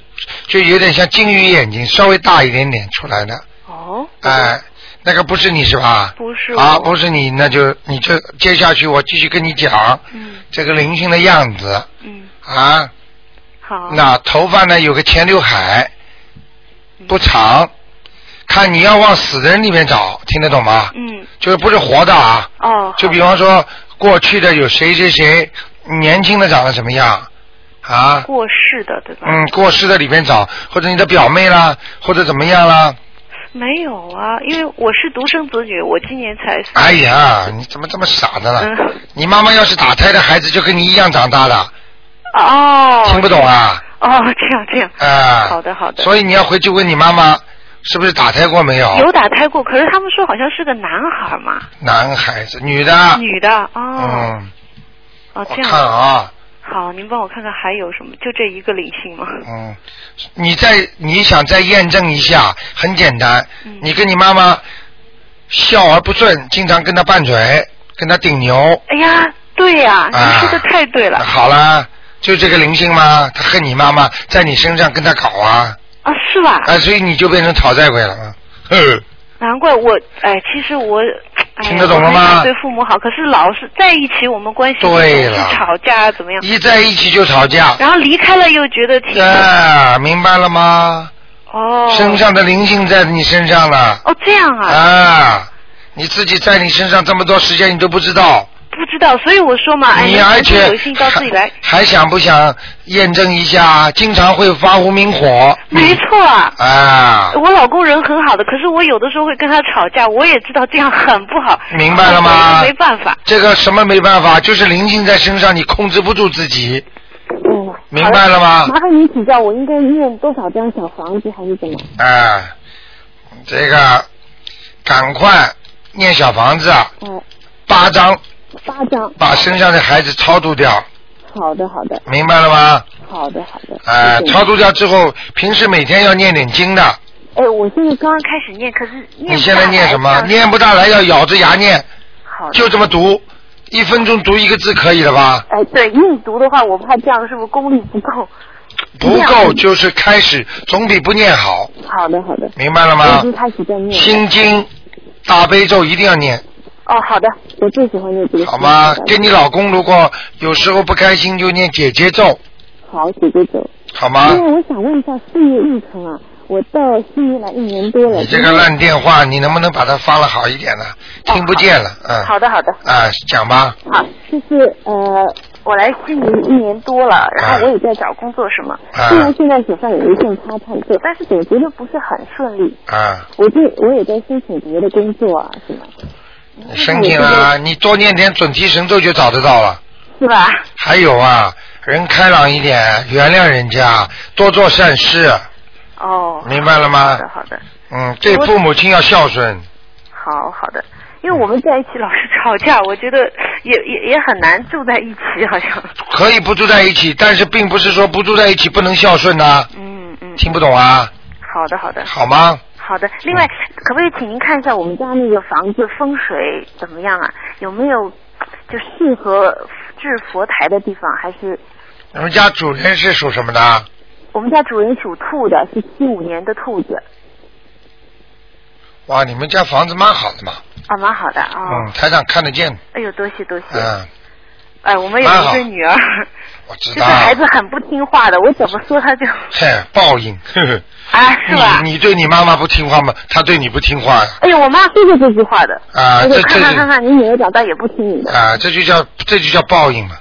Speaker 1: 就有点像金鱼眼睛，稍微大一点点出来的。
Speaker 10: 哦，
Speaker 1: 哎、那个不是你是吧？
Speaker 10: 不是我
Speaker 1: 啊，不是你，那就你就接下去我继续跟你讲，
Speaker 10: 嗯
Speaker 1: 这个灵性的样子
Speaker 10: 嗯，
Speaker 1: 啊，
Speaker 10: 好。
Speaker 1: 那头发呢有个前刘海，
Speaker 10: 嗯
Speaker 1: 不长，看你要往死的人里面找，听得懂吗？
Speaker 10: 嗯，
Speaker 1: 就是不是活的啊，
Speaker 10: 哦，
Speaker 1: 就比方说过去的有谁谁谁，年轻的长得什么样啊？
Speaker 10: 过世的对吧？
Speaker 1: 嗯，过世的里面找，或者你的表妹啦，或者怎么样啦？
Speaker 10: 没有啊，因为我是独生子女，我今年才嗯四
Speaker 1: 哎呀，你怎么这么傻的了？你妈妈要是打胎的孩子，就跟你一样长大的，
Speaker 10: 哦，
Speaker 1: 听不懂啊？
Speaker 10: 哦，这样这样，
Speaker 1: 啊、
Speaker 10: 好的好的。
Speaker 1: 所以你要回去问你妈妈，是不是打胎过没有？
Speaker 10: 有打胎过，可是他们说好像是个男孩嘛，
Speaker 1: 男孩子，女的。
Speaker 10: 女的哦、
Speaker 1: 嗯，
Speaker 10: 哦这
Speaker 1: 我
Speaker 10: 样
Speaker 1: 看啊，
Speaker 10: 好，您帮我看看还有什么？就这一个灵性吗？
Speaker 1: 嗯，你再你想再验证一下，很简单，
Speaker 10: 嗯
Speaker 1: 你跟你妈妈笑而不顺，经常跟她拌嘴，跟她顶牛，
Speaker 10: 哎呀，对呀、您
Speaker 1: 啊
Speaker 10: 说的太对了
Speaker 1: 好啦，就这个灵性吗？她恨你妈妈，在你身上跟她搞啊，
Speaker 10: 啊，是吧？
Speaker 1: 啊，所以你就变成讨债鬼了嘛。哼
Speaker 10: 难怪我哎，其实我。哎呀
Speaker 1: 听得懂了吗
Speaker 10: 我还想对父母好，可是老是在一起，我们关系
Speaker 1: 对
Speaker 10: 总是
Speaker 1: 了
Speaker 10: 吵架怎么样？
Speaker 1: 一在一起就吵架
Speaker 10: 然后离开了又觉得挺、
Speaker 1: 啊，明白了吗？
Speaker 10: 哦，
Speaker 1: 身上的灵性在你身上了
Speaker 10: 哦这样啊，
Speaker 1: 啊，你自己在你身上这么多时间，你都不知道。
Speaker 10: 不知道，所以我说嘛，哎，
Speaker 1: 你
Speaker 10: 能
Speaker 1: 而
Speaker 10: 不能
Speaker 1: 且
Speaker 10: 有幸到自己来，
Speaker 1: 还想不想验证一下？经常会发无名火
Speaker 10: 没错啊。
Speaker 1: 啊，
Speaker 10: 我老公人很好的，可是我有的时候会跟他吵架，我也知道这样很不好。
Speaker 1: 明白了吗
Speaker 10: 我也没办法。
Speaker 1: 这个什么没办法，就是灵性在身上，你控制不住自己，
Speaker 10: 哦
Speaker 11: 嗯，
Speaker 1: 明白了吗
Speaker 11: 好的麻烦您指教，我应该念多少张小房子还是怎么？
Speaker 1: 啊，这个赶快念小房子啊，
Speaker 11: 哦，
Speaker 1: 八章
Speaker 11: 八张。
Speaker 1: 把身上的孩子超度掉，
Speaker 11: 好的，好的，
Speaker 1: 明白了吗？
Speaker 11: 好的，好的。
Speaker 1: 啊，
Speaker 11: 谢谢
Speaker 1: 超度掉之后，平时每天要念点经的。
Speaker 11: 哎，我现在刚刚
Speaker 10: 开始念，可是
Speaker 11: 念
Speaker 1: 你现在念什么？念不大来要咬着牙念，就这么读，一分钟读一个字可以了吧？
Speaker 11: 哎，对，硬读的话，我怕这样是不是功力不够？
Speaker 1: 不够就是开始，总比不念好，
Speaker 11: 好的，好的。
Speaker 1: 明白了
Speaker 11: 我已
Speaker 1: 吗
Speaker 11: 经？开始在念了。
Speaker 1: 心经、大悲咒一定要念，
Speaker 11: 哦，好的，我最喜欢念这个。
Speaker 1: 好吗？跟你老公如果有时候不开心就念姐姐咒，
Speaker 11: 好，姐嗯姐走。
Speaker 1: 好吗
Speaker 11: 因？为我想问一下事业运程啊，我到悉尼来一年多了。
Speaker 1: 你这个烂电话，你能不能把它发了好一点呢？听不见了，嗯。
Speaker 11: 好哦的，好的。
Speaker 1: 啊，讲吧。
Speaker 11: 好，就是呃，我来悉尼一年多了，然后我也在找工作什么，
Speaker 1: 啊
Speaker 11: 虽然现在手上有一份 part time 做，但是总觉得不是很顺利。
Speaker 1: 啊，
Speaker 11: 我就我也在申请别的工作啊，什么嗯
Speaker 1: 你申请啊，你多念点准提神咒就找得到了。
Speaker 11: 是吧？
Speaker 1: 还有啊，人开朗一点，原谅人家，多做善事，
Speaker 11: 哦，
Speaker 1: 明白了吗？
Speaker 11: 好的，
Speaker 1: 嗯，对父母亲要孝顺。
Speaker 11: 好的，好的。
Speaker 10: 因为我们在一起老是吵架，我觉得也也也很难住在一起，好像。
Speaker 1: 可以不住在一起，但是并不是说不住在一起不能孝顺呐、
Speaker 10: 嗯嗯。
Speaker 1: 听不懂啊？
Speaker 10: 好的好的。
Speaker 1: 好吗？
Speaker 10: 好的，另外
Speaker 1: 嗯
Speaker 10: 可不可以请您看一下我们家那个房子风水怎么样啊？有没有就适合置佛台的地方？还是
Speaker 1: 你们家主人是属什么的？
Speaker 10: 我们家主人属兔的，是七五年的兔子，
Speaker 1: 哇，你们家房子蛮好的嘛，
Speaker 10: 啊，蛮好的
Speaker 11: 哦
Speaker 10: 啊。
Speaker 1: 嗯，台长看得见，
Speaker 10: 哎呦，多谢多谢。
Speaker 1: 嗯，
Speaker 10: 哎，我们有
Speaker 1: 蛮
Speaker 10: 一
Speaker 1: 好
Speaker 10: 个女儿，
Speaker 1: 我
Speaker 10: 就
Speaker 1: 知
Speaker 10: 是
Speaker 1: 道。
Speaker 10: 孩子很不听话的，我怎么说她就
Speaker 1: 嘿，报应，呵呵。
Speaker 10: 啊，是吧？
Speaker 1: 你你对你妈妈不听话吗？她对你不听话呀
Speaker 10: 哎呦，我妈说过这句话的，
Speaker 1: 啊，
Speaker 10: 我
Speaker 1: 这这
Speaker 10: 就看看
Speaker 1: 就
Speaker 10: 看看，你女儿长大也不听你的，
Speaker 1: 啊，这就叫这就叫报应了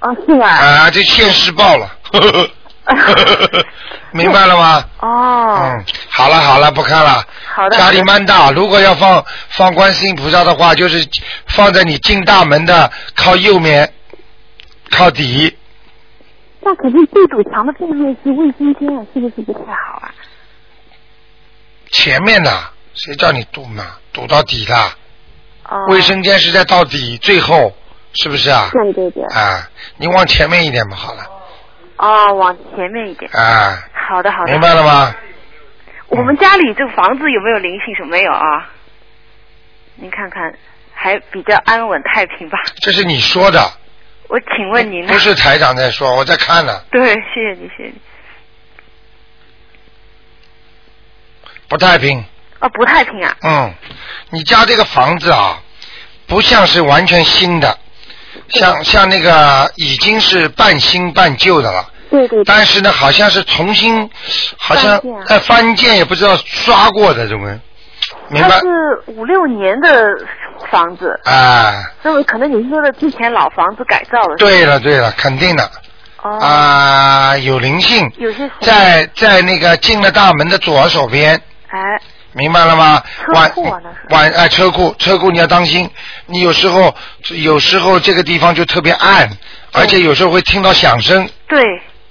Speaker 10: 哦，是吧？
Speaker 1: 啊，这现世报了，呵呵 呵明白了吗？
Speaker 10: 哦，
Speaker 1: 嗯，好了好了，不看了。
Speaker 10: 好的。
Speaker 1: 家里蛮大，如果要放放观世音菩萨的话，就是放在你进大门的靠右面，靠底。
Speaker 10: 那可是地主墙的背后是卫生间啊，是不是不太好啊？
Speaker 1: 前面的，谁叫你堵呢？堵到底了。
Speaker 10: 哦。
Speaker 1: 卫生间是在到底最后，是不是啊？
Speaker 10: 对对对。
Speaker 1: 啊，你往前面一点嘛，好了。
Speaker 10: 哦，往前面一点。
Speaker 1: 啊，
Speaker 10: 好的好的。
Speaker 1: 明白了？吗？嗯
Speaker 10: 我们家里这个房子有没有灵性？是没有啊？您看看，还比较安稳太平吧。
Speaker 1: 这是你说的，
Speaker 10: 我请问您呢
Speaker 1: 不是台长在说，我在看呢，
Speaker 10: 对，谢谢你，谢谢你。
Speaker 1: 不太平。
Speaker 10: 哦，不太平啊。
Speaker 1: 嗯，你家这个房子啊，不像是完全新的，像像那个已经是半新半旧的了。
Speaker 10: 对对
Speaker 1: 但是呢，好像是重新，好像
Speaker 10: 翻建啊
Speaker 1: 哎翻建也不知道刷过的这种人，明
Speaker 10: 它
Speaker 1: 白？
Speaker 10: 是五六年的房子，
Speaker 1: 啊，
Speaker 10: 所以可能你说的之前老房子改造了。
Speaker 1: 对。了对了，肯定的
Speaker 10: 哦。
Speaker 1: 啊，有灵性，
Speaker 10: 有些时候
Speaker 1: 在在那个进了大门的左手边，
Speaker 10: 哎，
Speaker 1: 明白了吗？晚
Speaker 10: 车库啊那是。
Speaker 1: 晚哎，车库车库你要当心，你有时候有时候这个地方就特别暗，而且有时候会听到响声，
Speaker 10: 对，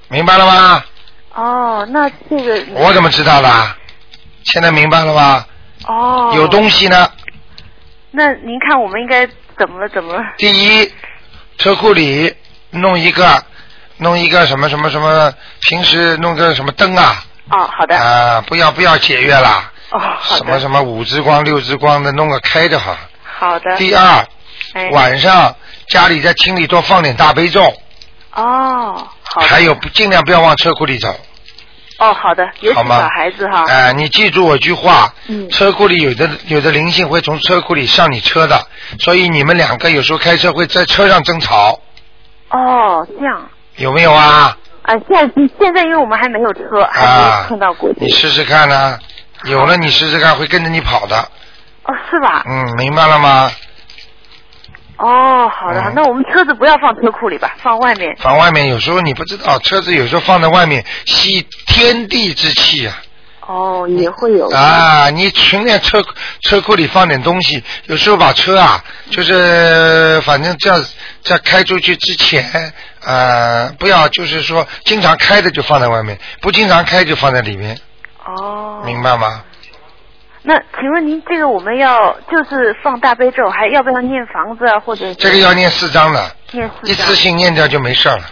Speaker 1: 明白了吗？
Speaker 10: 哦，那这个
Speaker 1: 我怎么知道的啊？现在明白了吧？
Speaker 10: 哦
Speaker 1: 有东西呢。
Speaker 10: 那您看我们应该怎么了？怎么了？
Speaker 1: 第一，车库里弄一个弄一个什么什么什么，平时弄个什么灯啊
Speaker 10: 哦，好的。
Speaker 1: 啊，不要不要节约啦，
Speaker 10: 哦，好
Speaker 1: 什么
Speaker 10: 的，
Speaker 1: 什么五支光六支光的弄个开着哈。
Speaker 10: 好的。
Speaker 1: 第二，
Speaker 10: 哎，
Speaker 1: 晚上家里在厅里多放点大悲咒，
Speaker 10: 哦，好的。
Speaker 1: 还有不尽量不要往车库里走，
Speaker 10: 哦，好的，尤其
Speaker 1: 好吗
Speaker 10: 小孩子哈。
Speaker 1: 哎、你记住我句话，
Speaker 10: 嗯
Speaker 1: 车库里有的有的灵性会从车库里上你车的，所以你们两个有时候开车会在车上争吵，
Speaker 10: 哦，这样。
Speaker 1: 有没有啊？
Speaker 10: 啊，现在现在因为我们还没有车，还没啊有碰到过。
Speaker 1: 你试试看呢、啊有了你试试看，会跟着你跑的，
Speaker 10: 哦，是吧？
Speaker 1: 嗯，明白了吗？
Speaker 10: 哦，好的，
Speaker 1: 嗯
Speaker 10: 那我们车子不要放车库里吧，放外面。
Speaker 1: 放外面有时候你不知道，车子有时候放在外面吸天地之气啊。
Speaker 10: 哦，也会有。
Speaker 1: 啊，你存点车车库里放点东西，有时候把车啊，就是反正这样在开出去之前，呃，不要就是说经常开的就放在外面，不经常开就放在里面，
Speaker 10: 哦。
Speaker 1: 明白吗？
Speaker 10: 那请问您这个我们要就是放大悲咒，还要不要念房子啊？或者是
Speaker 1: 这个要念四张的，
Speaker 10: 念四
Speaker 1: 一
Speaker 10: 张
Speaker 1: 次性念掉就没事儿了，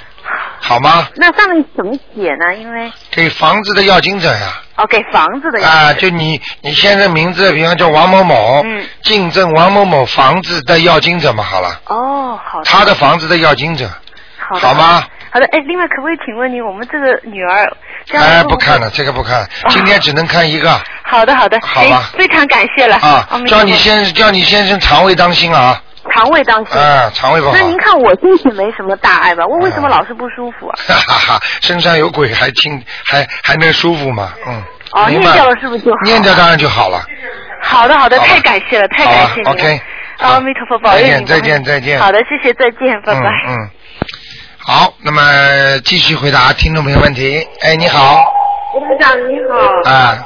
Speaker 1: 好吗？
Speaker 10: 那上面怎么写呢？因为
Speaker 1: 给房子的要经者呀、
Speaker 10: 哦，给房子的要
Speaker 1: 啊，就你你先生名字，比方叫王某某，
Speaker 10: 嗯
Speaker 1: 竞争王某某房子的要经者嘛，好了，
Speaker 10: 哦，好的。
Speaker 1: 他的房子的要经者，
Speaker 10: 好的
Speaker 1: 好吗？
Speaker 10: 好的，哎，另外可不可以请问您，我们这个女儿将来
Speaker 1: 哎，
Speaker 10: 会
Speaker 1: 不
Speaker 10: 会
Speaker 1: 看了，这个不看，
Speaker 10: 啊
Speaker 1: 今天只能看一个
Speaker 10: 好的，好的，
Speaker 1: 好吧
Speaker 10: 哎，非常感谢了
Speaker 1: 啊
Speaker 10: 我。们
Speaker 1: 叫你
Speaker 10: 就
Speaker 1: 先叫你先生肠胃当心啊，
Speaker 10: 肠胃当心。
Speaker 1: 啊，肠胃不好
Speaker 10: 那，您看我身体没什么大碍吧？我为什么老是不舒服啊？
Speaker 1: 哈哈哈，身上有鬼还轻还还能舒服吗？嗯，
Speaker 10: 哦，
Speaker 1: 明
Speaker 10: 念
Speaker 1: 白
Speaker 10: 掉了是不是就好？
Speaker 1: 念掉当然就好了，
Speaker 10: 好的，好的，
Speaker 1: 好吧
Speaker 10: 太感谢了，太
Speaker 1: 好
Speaker 10: 感
Speaker 1: 吧
Speaker 10: 谢您了。哦
Speaker 1: ，OK，
Speaker 10: 阿弥陀佛，保
Speaker 1: 再
Speaker 10: 佑
Speaker 1: 见
Speaker 10: 您。
Speaker 1: 再见再见
Speaker 10: 好的，谢谢，再见，拜拜。
Speaker 1: 嗯嗯，好，那么继续回答听众朋友问题。哎，你好，
Speaker 12: 吴科长你
Speaker 10: 哦
Speaker 12: 好，
Speaker 1: 啊，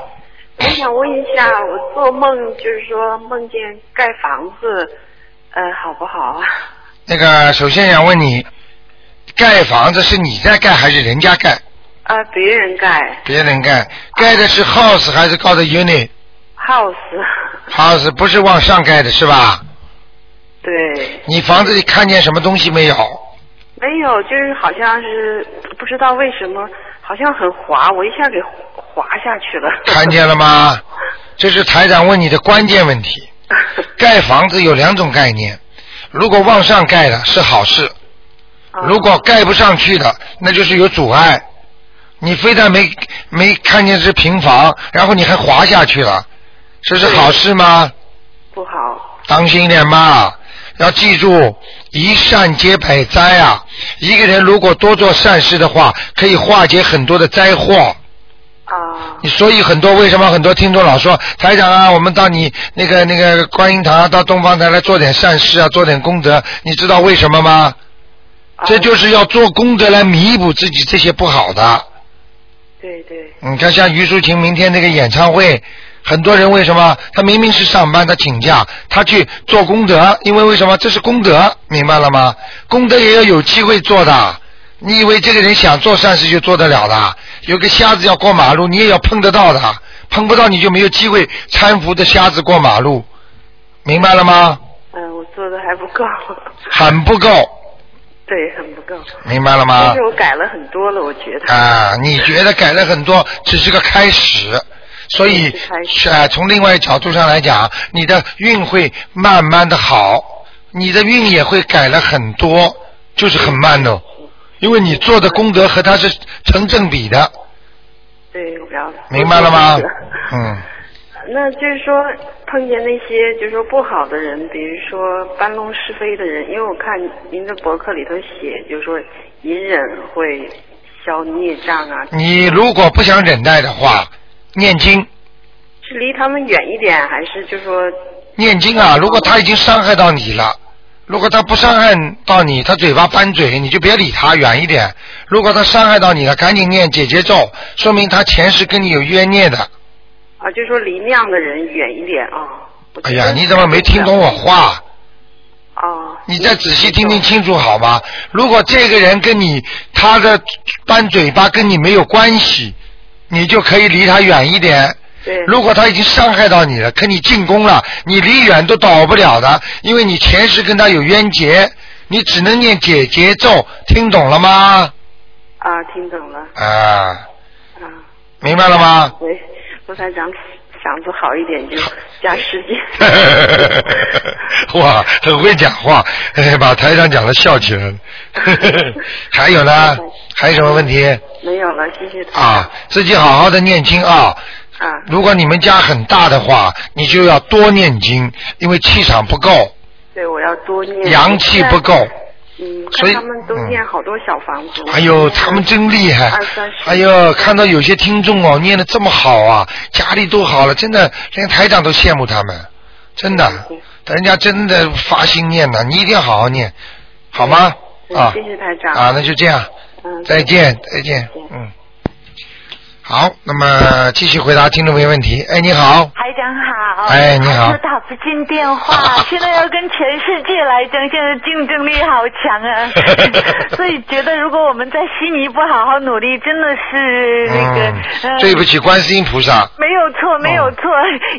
Speaker 12: 我想问一下，我做梦就是说梦见盖房子，呃，好不好啊？
Speaker 1: 那个首先想问你，盖房子是你在盖还是人家盖？
Speaker 12: 呃，别人盖
Speaker 1: 别人盖，盖的是 house 还是搞的 unit？
Speaker 12: house，
Speaker 1: house 不是往上盖的是吧？
Speaker 12: 对，
Speaker 1: 你房子里看见什么东西没有？
Speaker 12: 没有，就是好像是不知道为什么，好像很滑，我一下给滑下去了。
Speaker 1: 看见了吗？这是台长问你的关键问题。盖房子有两种概念，如果往上盖的是好事，如果盖不上去的，那就是有阻碍。你非但没没看见是平房，然后你还滑下去了，这是好事吗？
Speaker 12: 不好。
Speaker 1: 当心一点嘛，要记住一善解百灾啊！一个人如果多做善事的话，可以化解很多的灾祸。啊。所以很多为什么很多听众老说台长啊，我们到你那个那个观音堂啊，到东方台来做点善事啊，做点功德，你知道为什么吗？
Speaker 12: 啊
Speaker 1: 这就是要做功德来弥补自己这些不好的。
Speaker 12: 对对，
Speaker 1: 你看，像于淑琴明天那个演唱会，很多人为什么他明明是上班，他请假，他去做功德，因为为什么这是功德，明白了吗？功德也要有机会做的。你以为这个人想做善事就做得了的？有个瞎子要过马路，你也要碰得到的，碰不到你就没有机会搀扶着瞎子过马路，明白了吗？
Speaker 12: 嗯，我做的还不够，
Speaker 1: 很不够，
Speaker 12: 对，很不够。
Speaker 1: 明白了吗
Speaker 12: 但是？我改了很多了，我觉得。
Speaker 1: 啊，你觉得改了很多，只是个开始，所以啊，从另外角度上来讲，你的运会慢慢的好，你的运也会改了很多，就是很慢的，因为你做的功德和它是成正比的，
Speaker 12: 对，我要。
Speaker 1: 明白了吗？嗯，
Speaker 12: 那就是说，碰见那些就是说不好的人，比如说搬弄是非的人，因为我看您的博客里头写，就是说隐忍会消孽障啊，
Speaker 1: 你如果不想忍耐的话，念经，
Speaker 12: 是离他们远一点，还是就说
Speaker 1: 念经啊，如果他已经伤害到你了，如果他不伤害到你，他嘴巴搬嘴，你就别理他，远一点。如果他伤害到你了，赶紧念解结咒，说明他前世跟你有冤孽的。
Speaker 12: 啊，就说离那样的人远一点啊？
Speaker 1: 哎呀，你怎么没听懂我话？
Speaker 12: 哦。
Speaker 1: 你再仔细听听清楚好吗？如果这个人跟你他的搬嘴巴跟你没有关系，你就可以离他远一点。
Speaker 12: 对。
Speaker 1: 如果他已经伤害到你了，跟你进攻了，你离远都倒不了的，因为你前世跟他有冤结，你只能念解结咒，听懂了吗？
Speaker 12: 啊，听懂了。
Speaker 1: 啊，
Speaker 12: 啊，
Speaker 1: 明白了吗？
Speaker 12: 喂，罗台长，嗓子好一点就加时间。
Speaker 1: 哇，很会讲话， 哎把台长讲的笑起来了。 还有呢？还有什么问题？
Speaker 12: 没有了，谢谢他。
Speaker 1: 啊，自己好好的念经啊。
Speaker 12: 啊。
Speaker 1: 如果你们家很大的话，你就要多念经，因为气场不够，
Speaker 12: 对，我要多念。
Speaker 1: 阳气不够。
Speaker 12: 嗯，看
Speaker 1: 所以
Speaker 12: 他们都念好多小房子。
Speaker 1: 哎呦，他们真厉害
Speaker 12: 二三！十
Speaker 1: 哎呦，看到有些听众哦，念的这么好啊，家里都好了，真的连台长都羡慕他们，真的，人家真的发心念呢，你一定要好好念，好吗？
Speaker 12: 嗯
Speaker 1: 啊
Speaker 12: 谢谢台长。
Speaker 1: 啊，那就这样，
Speaker 12: 嗯。
Speaker 1: 再见，再见，嗯。好，那么继续回答听众朋友问题。哎，你好，
Speaker 13: 台长好。
Speaker 1: 哎你好
Speaker 13: 我打不进电话， 现在要跟全世界来争，现在竞争力好 强啊！所以觉得如果我们在悉尼不好好努力，真的是那个、呃
Speaker 1: 嗯对不起，观世音菩萨。嗯
Speaker 13: 没有错，没有错，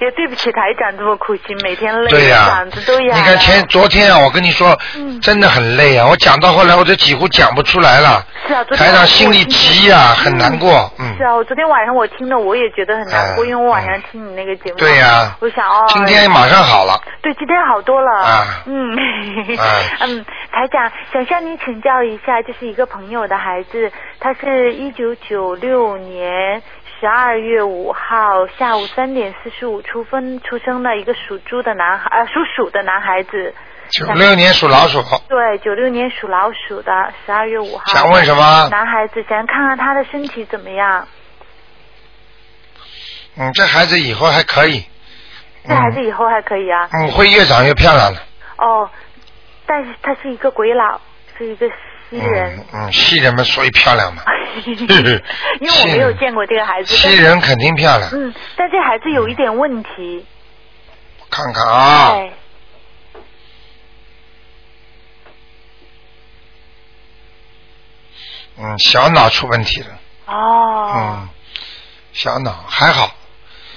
Speaker 13: 也对不起台长这么苦心，每天累
Speaker 1: 对
Speaker 13: 得
Speaker 1: 呀、
Speaker 13: 嗓子都哑
Speaker 1: 你看
Speaker 13: 了
Speaker 1: 前昨天啊，我跟你说，真的很累啊，我讲到后来我都几乎讲不出来了。
Speaker 13: 是啊，昨天
Speaker 1: 台
Speaker 13: 晚
Speaker 1: 长
Speaker 13: 上
Speaker 1: 心里急呀、很难过。嗯，
Speaker 13: 是啊，我昨天晚上我听的我也觉得很难过，
Speaker 1: 嗯
Speaker 13: 因为我晚上听你那个节目，
Speaker 1: 对呀
Speaker 13: 我想哦，
Speaker 1: 今天马上好了。
Speaker 13: 对，今天好多了。
Speaker 9: 哦
Speaker 1: 啊
Speaker 13: 嗯，
Speaker 1: 哎
Speaker 13: 嗯，台长，想向您请教一下，就是一个朋友的孩子，他是一九九六年十二月五号下午三点四十五出分出生的一个属猪的男孩，呃，属鼠的男孩子。
Speaker 1: 九六年属老鼠，
Speaker 13: 对，九六年属老鼠的，十二月五号。
Speaker 1: 想问什么
Speaker 13: 男孩子想看看他的身体怎么样？
Speaker 1: 嗯，这孩子以后还可以，
Speaker 13: 这孩子以后还可以啊。
Speaker 1: 嗯，会越长越漂亮的。
Speaker 13: 哦，但是他是一个鬼佬，是一个西人。
Speaker 1: 嗯，西人们所以漂亮
Speaker 13: 哎
Speaker 1: 嘛，
Speaker 13: 因为我没有见过这个孩子。
Speaker 1: 西人肯定漂亮。
Speaker 13: 嗯，但这孩子有一点问题。
Speaker 1: 看看啊，
Speaker 13: 哎，
Speaker 1: 嗯，小脑出问题了，嗯
Speaker 13: 哦，
Speaker 1: 嗯，小脑还好，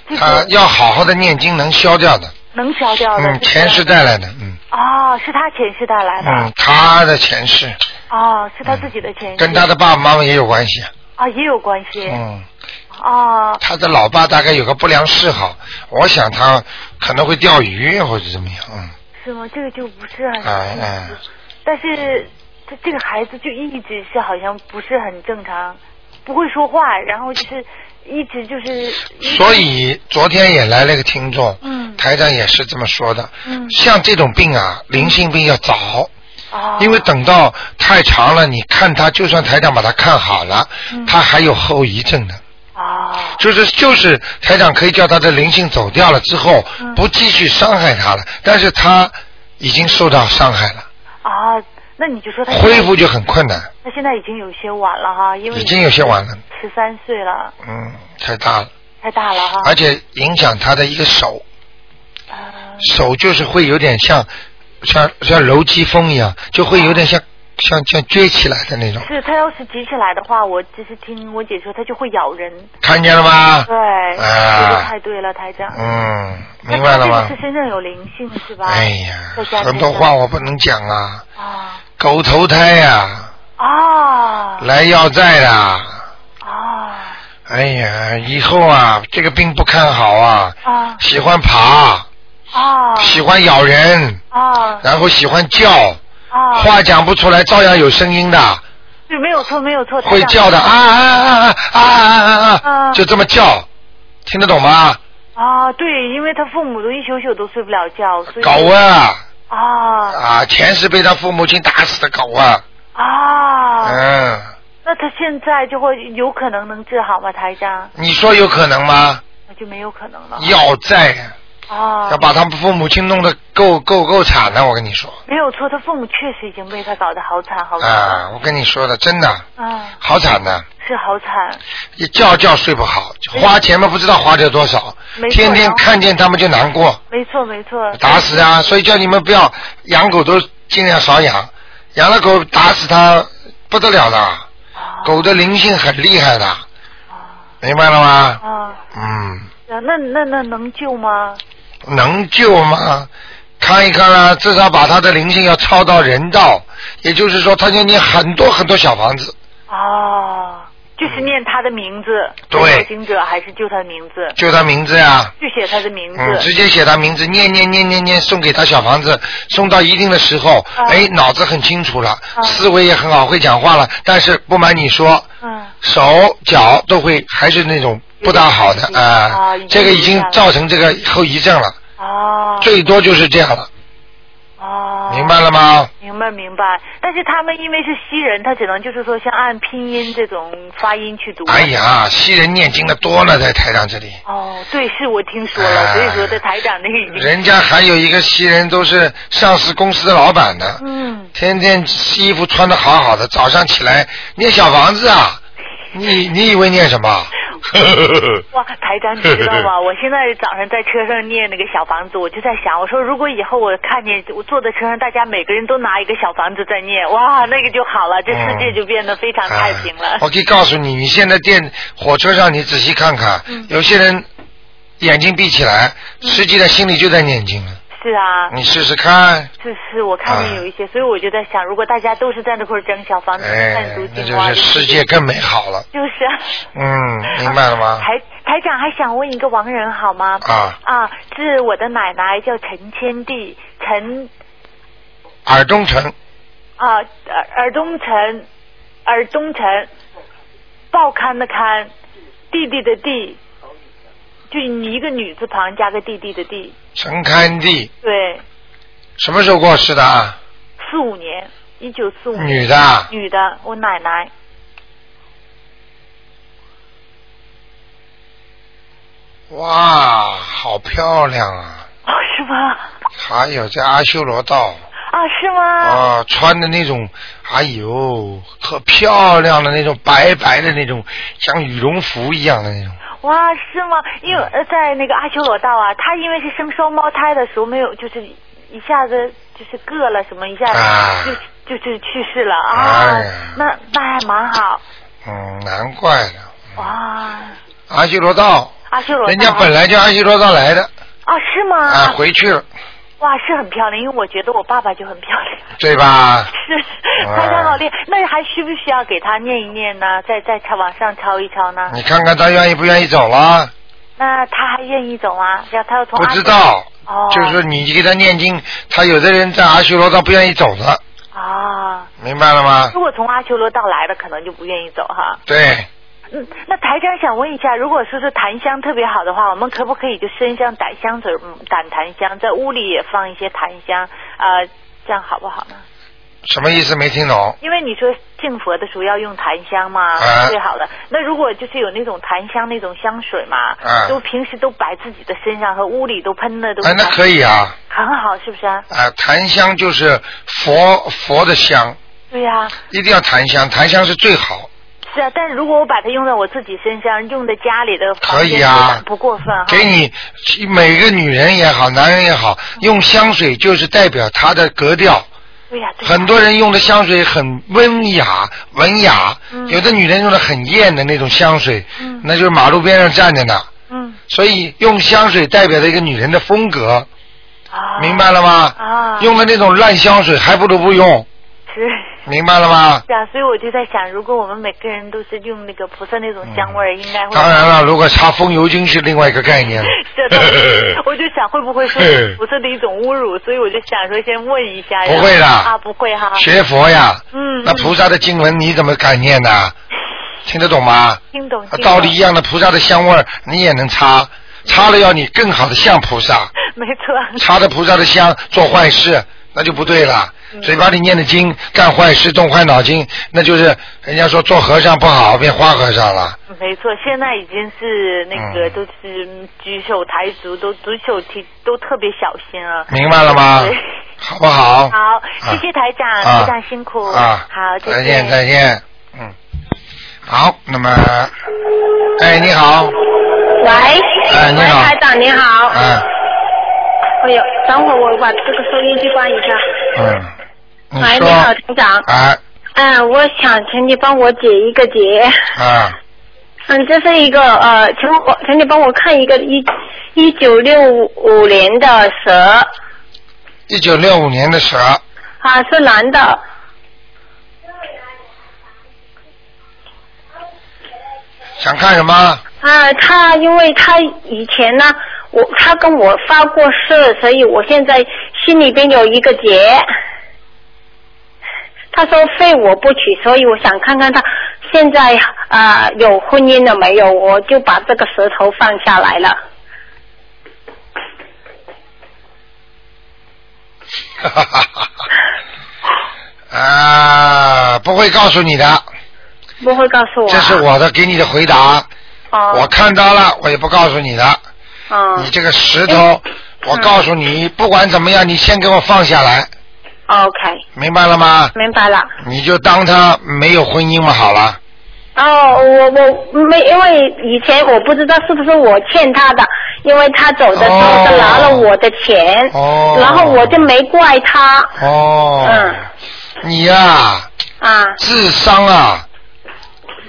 Speaker 13: 就是
Speaker 1: 啊，要好好的念经能消掉的。
Speaker 13: 能消掉的。
Speaker 1: 嗯，前世带来的，嗯
Speaker 13: 哦，是他前世带来的。
Speaker 1: 嗯，他的前世
Speaker 13: 哦，是他自己的前世。
Speaker 1: 跟他的爸爸妈妈也有关系，
Speaker 13: 啊也有关系。
Speaker 1: 嗯，
Speaker 13: 哦。
Speaker 1: 他的老爸大概有个不良嗜好，我想他可能会钓鱼或者怎么样，嗯，
Speaker 13: 是吗？这个就不是很。
Speaker 1: 啊啊，
Speaker 13: 但是他这个孩子就一直是好像不是很正常，不会说话，然后就是一直就是。
Speaker 1: 所以昨天也来了一个听众，
Speaker 13: 嗯
Speaker 1: 台长也是这么说的，
Speaker 13: 嗯
Speaker 1: 像这种病啊，灵性病要早。
Speaker 13: 哦
Speaker 1: 因为等到太长了，你看他，就算台长把他看好了，
Speaker 13: 嗯
Speaker 1: 他还有后遗症呢。
Speaker 13: 哦
Speaker 1: 就是就是台长可以叫他的灵性走掉了之后，
Speaker 13: 嗯
Speaker 1: 不继续伤害他了，但是他已经受到伤害了，
Speaker 13: 啊，那你就说他
Speaker 1: 恢复就很困难，
Speaker 13: 他现在已经有些晚了哈，因为
Speaker 1: 已经有些晚了，
Speaker 13: 十三岁了，
Speaker 1: 嗯，太大了，
Speaker 13: 太大了哈。
Speaker 1: 而且影响他的一个手，
Speaker 13: 啊
Speaker 1: 手就是会有点像像像楼机风一样，就会有点像像像撅起来的那种，
Speaker 13: 是他要是急起来的话，我就是听我姐说，他就会咬人。
Speaker 1: 看见了吗？
Speaker 13: 对，说的
Speaker 1: 啊
Speaker 13: 太对了，台长。
Speaker 1: 嗯，明白了
Speaker 13: 那他
Speaker 1: 吗
Speaker 13: 这个？是啊身上有灵性是吧？
Speaker 1: 哎呀
Speaker 13: 在家，里
Speaker 1: 很多
Speaker 13: 呢
Speaker 1: 话我不能讲啊。狗投胎呀、
Speaker 13: 啊。
Speaker 1: 来要债的。啊。哎呀，以后啊，这个病不看好啊，
Speaker 7: 哦
Speaker 13: 啊
Speaker 1: 喜欢爬，
Speaker 13: 啊
Speaker 1: 喜欢咬人，
Speaker 7: 哦
Speaker 13: 啊
Speaker 1: 然后喜欢叫，
Speaker 13: 啊！
Speaker 1: 话讲不出来，照样有声音的，
Speaker 13: 是没有错，没有错。台
Speaker 1: 会
Speaker 13: 长
Speaker 1: 叫的啊啊啊啊啊啊啊，
Speaker 13: 啊
Speaker 1: 就这么叫，听得懂吗？
Speaker 13: 啊，对，因为他父母都一宿宿都睡不了觉，所以
Speaker 1: 狗啊
Speaker 13: 啊
Speaker 1: 啊，前世被他父母亲打死的狗啊，
Speaker 13: 啊，
Speaker 1: 嗯，
Speaker 13: 那他现在就会有可能能治好吗，台长？
Speaker 1: 你说有可能吗？
Speaker 13: 那就没有可能了。
Speaker 1: 要债啊。
Speaker 13: 啊，
Speaker 1: 要把他们父母亲弄得够够够惨的，我跟你说
Speaker 13: 没有错，他父母确实已经被他搞得好惨，好惨
Speaker 1: 啊，我跟你说的，真的
Speaker 13: 啊，
Speaker 1: 好惨的，
Speaker 13: 是好惨，
Speaker 1: 一觉觉睡不好，
Speaker 13: 没错
Speaker 1: 花钱嘛不知道花掉多少
Speaker 13: 没，错
Speaker 1: 天天
Speaker 13: 然后
Speaker 1: 看见他们就难过，
Speaker 13: 没错没错，
Speaker 1: 打死啊！所以叫你们不要养狗，都尽量少养，养了狗打死它不得了的，狗的灵性很厉害的，明白了吗？
Speaker 13: 啊，
Speaker 1: 嗯。
Speaker 13: 那那那能救吗？
Speaker 1: 能救吗？看一看啦，至少把他的灵性要超到人道，也就是说，他要念很多很多小房子，
Speaker 13: 啊，就是念他的名字，
Speaker 1: 嗯对
Speaker 13: 念经者还是就他的名字，
Speaker 1: 就他名字呀，
Speaker 13: 就写他的名字，
Speaker 1: 嗯，直接写他名字，念念念念念，送给他小房子，送到一定的时候，
Speaker 13: 啊
Speaker 1: 哎，脑子很清楚了，思维也很好，会讲话了，但是不瞒你说，
Speaker 13: 嗯，
Speaker 1: 手脚都会还是那种不大好的啊、
Speaker 13: 已经
Speaker 1: 这个已
Speaker 13: 影
Speaker 1: 经
Speaker 13: 响了
Speaker 1: 造成这个后遗症了，
Speaker 13: 啊，
Speaker 1: 最多就是这样了，
Speaker 13: 啊，
Speaker 1: 明白了吗？
Speaker 13: 明白明白，但是他们因为是西人，他只能就是说像按拼音这种发音去读。
Speaker 1: 哎呀，西人念经的多了，在台上这里。
Speaker 13: 哦，对，是我听说
Speaker 1: 哎
Speaker 13: 了，所以说这台长那个已经
Speaker 1: 人家还有一个西人都是上市公司的老板呢，
Speaker 13: 嗯，
Speaker 1: 天天衣服穿的好好的，早上起来念小房子啊，你你以为念什么？
Speaker 13: 哇，台长，你知道 吗？我现在早上在车上念那个小房子，我就在想，我说如果以后我看见我坐在车上，大家每个人都拿一个小房子在念，哇，那个就好了，这世界就变得非常 太平了。
Speaker 1: 啊我可以告诉你，你现在电火车上，你仔细看看，
Speaker 13: 嗯
Speaker 1: 有些人眼睛闭起来，实际的心里就在念经了。
Speaker 13: 是啊，
Speaker 1: 你啊试试看，
Speaker 13: 是是，我看见有一些，所以我就在想，如果大家都是在那块儿整小房子、
Speaker 1: 哎
Speaker 13: 看读，
Speaker 1: 那
Speaker 13: 经
Speaker 1: 就
Speaker 13: 哇，
Speaker 1: 是世界更美好了。
Speaker 13: 就是啊。
Speaker 1: 嗯，明白了吗？
Speaker 13: 台台长还想问一个亡人好吗？
Speaker 1: 啊
Speaker 13: 啊，是我的奶奶叫陈千娣，陈
Speaker 1: 耳东城，
Speaker 13: 啊耳耳东陈，耳东陈，报刊的刊，弟弟的弟，就是你一个女字旁加个弟弟的弟，
Speaker 1: 陈堪地，
Speaker 13: 对，
Speaker 1: 什么时候过世的啊？
Speaker 13: 四五年，一九四五。
Speaker 1: 女的啊
Speaker 13: 女的，我奶奶。
Speaker 1: 哇，好漂亮啊！
Speaker 13: 哦，是吗？
Speaker 1: 还有在阿修罗道
Speaker 13: 啊，是吗？
Speaker 1: 啊，穿的那种，哎呦，可漂亮的那种白白的那种，像羽绒服一样的那种。
Speaker 13: 哇，是吗？因为
Speaker 1: 嗯
Speaker 13: 呃在那个阿修罗道啊，他因为是生双胞胎的时候没有，就是一下子就是硌了什么，一下
Speaker 1: 啊
Speaker 13: 子就、就就去世了啊。
Speaker 1: 哎呀
Speaker 13: 那那还蛮好
Speaker 1: 嗯，难怪了，
Speaker 13: 哇。
Speaker 1: 阿修罗道，
Speaker 13: 阿修罗道
Speaker 1: 人家本来就阿修罗道来的。
Speaker 13: 啊，是吗？
Speaker 1: 啊，回去了
Speaker 13: 哇，是很漂亮，因为我觉得我爸爸就很漂 亮，
Speaker 1: 对吧？
Speaker 13: 是他
Speaker 1: 啊
Speaker 13: 他好厉害。那还需不需要给他念一念呢？再再抄往上抄一抄呢？
Speaker 1: 你看看他愿意不愿意走了？
Speaker 13: 那他还愿意走吗？要他要从
Speaker 1: 不
Speaker 13: 阿
Speaker 1: 知
Speaker 13: 修
Speaker 1: 道，
Speaker 13: 哦，
Speaker 1: 就是说你给他念经，他有的人在阿修罗道不愿意走了，
Speaker 13: 啊，
Speaker 1: 明白了吗？
Speaker 13: 如果从阿修罗道来的，可能就不愿意走哈。
Speaker 1: 对，
Speaker 13: 嗯，那台长想问一下，如果说是檀香特别好的话，我们可不可以就身上打香水，嗯，打檀香，在屋里也放一些檀香，呃，这样好不好呢？
Speaker 1: 什么意思没听懂？
Speaker 13: 因为你说敬佛的时候要用檀香嘛，
Speaker 1: 啊
Speaker 13: 最好的。那如果就是有那种檀香那种香水嘛，
Speaker 1: 啊
Speaker 13: 都平时都摆自己的身上和屋里都喷的都。
Speaker 1: 哎，那可以啊，
Speaker 13: 很好，是不是啊？
Speaker 1: 啊，檀香就是佛佛的香，
Speaker 13: 对呀、
Speaker 1: 一定要檀香，檀香是最好，
Speaker 13: 是啊。但如果我把它用在我自己身上，用在家里的房
Speaker 1: 可
Speaker 13: 间
Speaker 1: 以啊
Speaker 13: 不过分哈。
Speaker 1: 给你每个女人也好，男人也好，
Speaker 13: 嗯
Speaker 1: 用香水就是代表他的格调。
Speaker 3: 哎
Speaker 13: 对呀、对呀
Speaker 1: 很多人用的香水很温雅、文雅，
Speaker 13: 嗯
Speaker 1: 有的女人用的很艳的那种香水，那就是马路边上站着呢。
Speaker 13: 嗯，
Speaker 1: 所以用香水代表了一个女人的风格，明白了吗？
Speaker 13: 啊，
Speaker 1: 用的那种烂香水还不如不用，
Speaker 13: 是。
Speaker 1: 明白了吗？
Speaker 13: 是啊，所以我就在想，如果我们每个人都是用那个菩萨那种香味儿，应该会。
Speaker 1: 嗯当然了，如果擦风油精是另外一个概念了。
Speaker 13: 这 倒 是，我就想会不会说是菩萨的一种侮辱，所以我就想说先问一下。
Speaker 1: 不会的
Speaker 13: 啊，不会哈。
Speaker 1: 学佛呀，
Speaker 13: 嗯，
Speaker 1: 那菩萨的经文你怎么敢念呢？听得懂吗？
Speaker 13: 嗯听懂
Speaker 1: 啊道理一。
Speaker 13: 听懂
Speaker 1: 样的，菩萨的香味儿你也能擦，擦了要你更好的像菩 萨，
Speaker 13: 没错。
Speaker 1: 擦着菩萨的香做坏事，那就不对了。
Speaker 13: 嗯
Speaker 1: 嘴巴里念的经，干坏事动坏脑筋，那就是人家说做和尚不好变花和尚了。
Speaker 13: 没错，现在已经是那个都是嗯举手抬足，都举手提都特别小心啊。
Speaker 1: 明白了吗
Speaker 13: 对
Speaker 1: 好不好
Speaker 13: 好，谢谢台长，
Speaker 1: 啊
Speaker 13: 台长辛苦。
Speaker 1: 啊
Speaker 13: 哦好，
Speaker 1: 再见再见，嗯，好，那么，哎，你好，
Speaker 5: 喂，
Speaker 1: 哎你
Speaker 5: 喂，
Speaker 1: 好
Speaker 5: 台长你好。
Speaker 1: 嗯
Speaker 5: 哎呦，等会儿我把这个收音机关一下。
Speaker 1: 嗯，你
Speaker 5: 喂，
Speaker 1: 说
Speaker 5: 你好，台长。
Speaker 1: 啊
Speaker 5: 嗯，我想请你帮我解一个结。
Speaker 1: 啊，
Speaker 5: 嗯，这是一个呃，请我，请你帮我看一个一一九六五年的蛇
Speaker 1: 一九六五年的蛇，
Speaker 5: 啊，是男的，
Speaker 1: 想看什么？
Speaker 5: 啊，他因为他以前呢，我他跟我发过誓，所以我现在心里边有一个结。他说非我不娶，所以我想看看他现在啊、有婚姻了没有，我就把这个舌头放下来了。
Speaker 1: 哈哈哈哈哈啊，不会告诉你的，
Speaker 5: 不会告诉我、啊。
Speaker 1: 这是我的给你的回答。
Speaker 5: 哦
Speaker 1: 我看到了，我也不告诉你的。
Speaker 5: 哦哎嗯
Speaker 1: 你这个石头，我告诉你，不管怎么样，你先给我放下来，
Speaker 5: OK，
Speaker 1: 明白了吗？
Speaker 5: 明白了。
Speaker 1: 你就当他没有婚姻嘛，好了。
Speaker 5: 哦，我我没，因为以前我不知道是不是我欠他的，因为他走的时候他拿了我的钱，
Speaker 1: 哦
Speaker 5: 然后我就没怪他
Speaker 1: 哦。你呀、
Speaker 5: 嗯啊。
Speaker 1: 智商啊，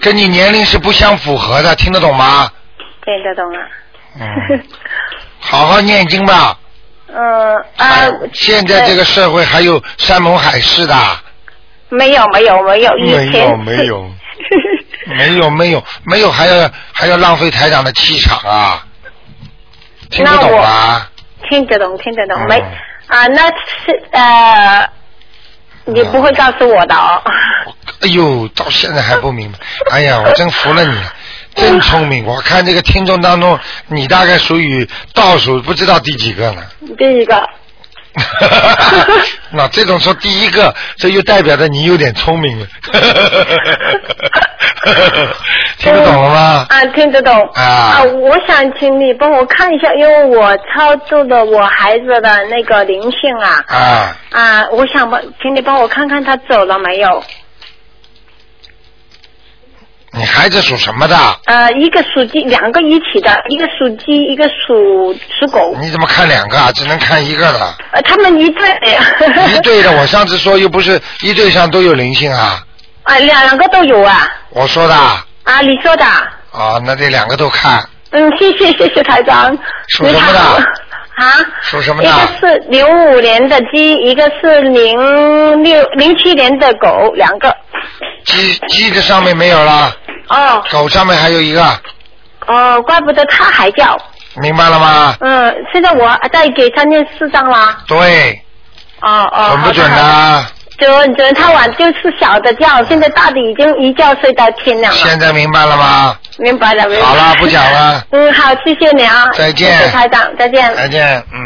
Speaker 1: 跟你年龄是不相符合的，听得懂吗？
Speaker 5: 听得懂啊？
Speaker 1: 嗯。 好好念经吧。
Speaker 5: 嗯啊，
Speaker 1: 现在这个社会还有山盟海誓的。
Speaker 5: 没有没有没有，以
Speaker 1: 没
Speaker 5: 前
Speaker 1: 有没有， 没有没有没有，还要还要浪费台长的气场啊！听不懂啊？
Speaker 5: 听得懂听得懂
Speaker 1: 嗯
Speaker 5: 没啊？那是呃，你不会告诉我的哦。
Speaker 1: 哎呦，到现在还不明 白。哎呀，我真服了你了，真聪明！我看这个听众当中，你大概属于倒数不知道第几个了。
Speaker 5: 第一个，
Speaker 1: 那这种说第一个，这又代表着你有点聪明了。 听得懂了吗？
Speaker 5: 啊，听得懂
Speaker 1: 啊
Speaker 5: 我想请你帮我看一下，因为我操作的我孩子的那个灵性啊
Speaker 1: 啊，
Speaker 5: 啊，我想帮，请你帮我看看他走了没有？
Speaker 1: 你孩子属什么的？
Speaker 5: 呃，一个属鸡，两个一起的，一个属鸡，一个属属狗，
Speaker 1: 你怎么看两个啊？只能看一个了。
Speaker 5: 呃，他们一 对，
Speaker 1: 一对的，我上次说又不是一对上都有灵性啊，
Speaker 5: 啊，两两个都有啊
Speaker 1: 我说的啊，
Speaker 5: 啊，你说的啊，
Speaker 1: 哦那得两个都看，
Speaker 5: 嗯，谢谢谢谢台长，
Speaker 1: 属什么的
Speaker 5: 你好？啊，
Speaker 1: 属什么
Speaker 5: 一
Speaker 1: 的？
Speaker 5: 个是零五年的鸡，一个是零六零七年的狗，两个。
Speaker 1: 鸡鸡的上面没有了，
Speaker 5: 哦
Speaker 1: 狗上面还有一个，
Speaker 5: 哦，怪不得它还叫。
Speaker 1: 明白了吗？
Speaker 5: 嗯，现在我再给他念四张啦。
Speaker 1: 对，
Speaker 5: 哦哦，
Speaker 1: 准不准
Speaker 5: 好的好的
Speaker 1: 呢？
Speaker 5: 准准，他晚就是小的觉，现在大的已经一觉睡到天亮了。
Speaker 1: 现在明白了吗？
Speaker 5: 明白了，明白
Speaker 1: 好了不讲了
Speaker 5: 嗯，好，谢谢你啊。
Speaker 1: 再见
Speaker 5: 谢谢台长，再见。
Speaker 1: 再见，嗯。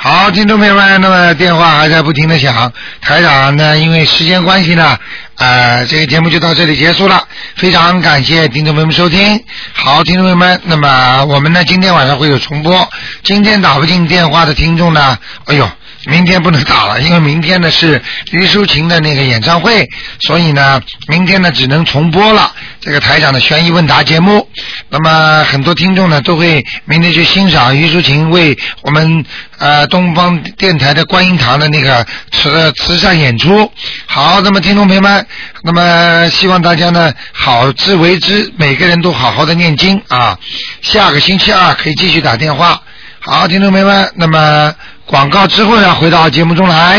Speaker 1: 好，听众朋友们，那么电话还在不停的响，台长呢，因为时间关系呢，呃，这个节目就到这里结束了。非常感谢听众朋友们收听。好，听众朋友们，那么我们呢，今天晚上会有重播。今天打不进电话的听众呢，哎呦，明天不能打了，因为明天呢是于淑琴的那个演唱会，所以呢，明天呢只能重播了这个台长的悬疑问答节目。那么很多听众呢都会明天去欣赏于淑琴为我们呃东方电台的观音堂的那个慈慈善演出。好，那么听众朋友们，那么希望大家呢好自为之，每个人都好好的念经啊。下个星期二可以继续打电话。好，听众朋友们，那么广告之后呢，回到节目中来。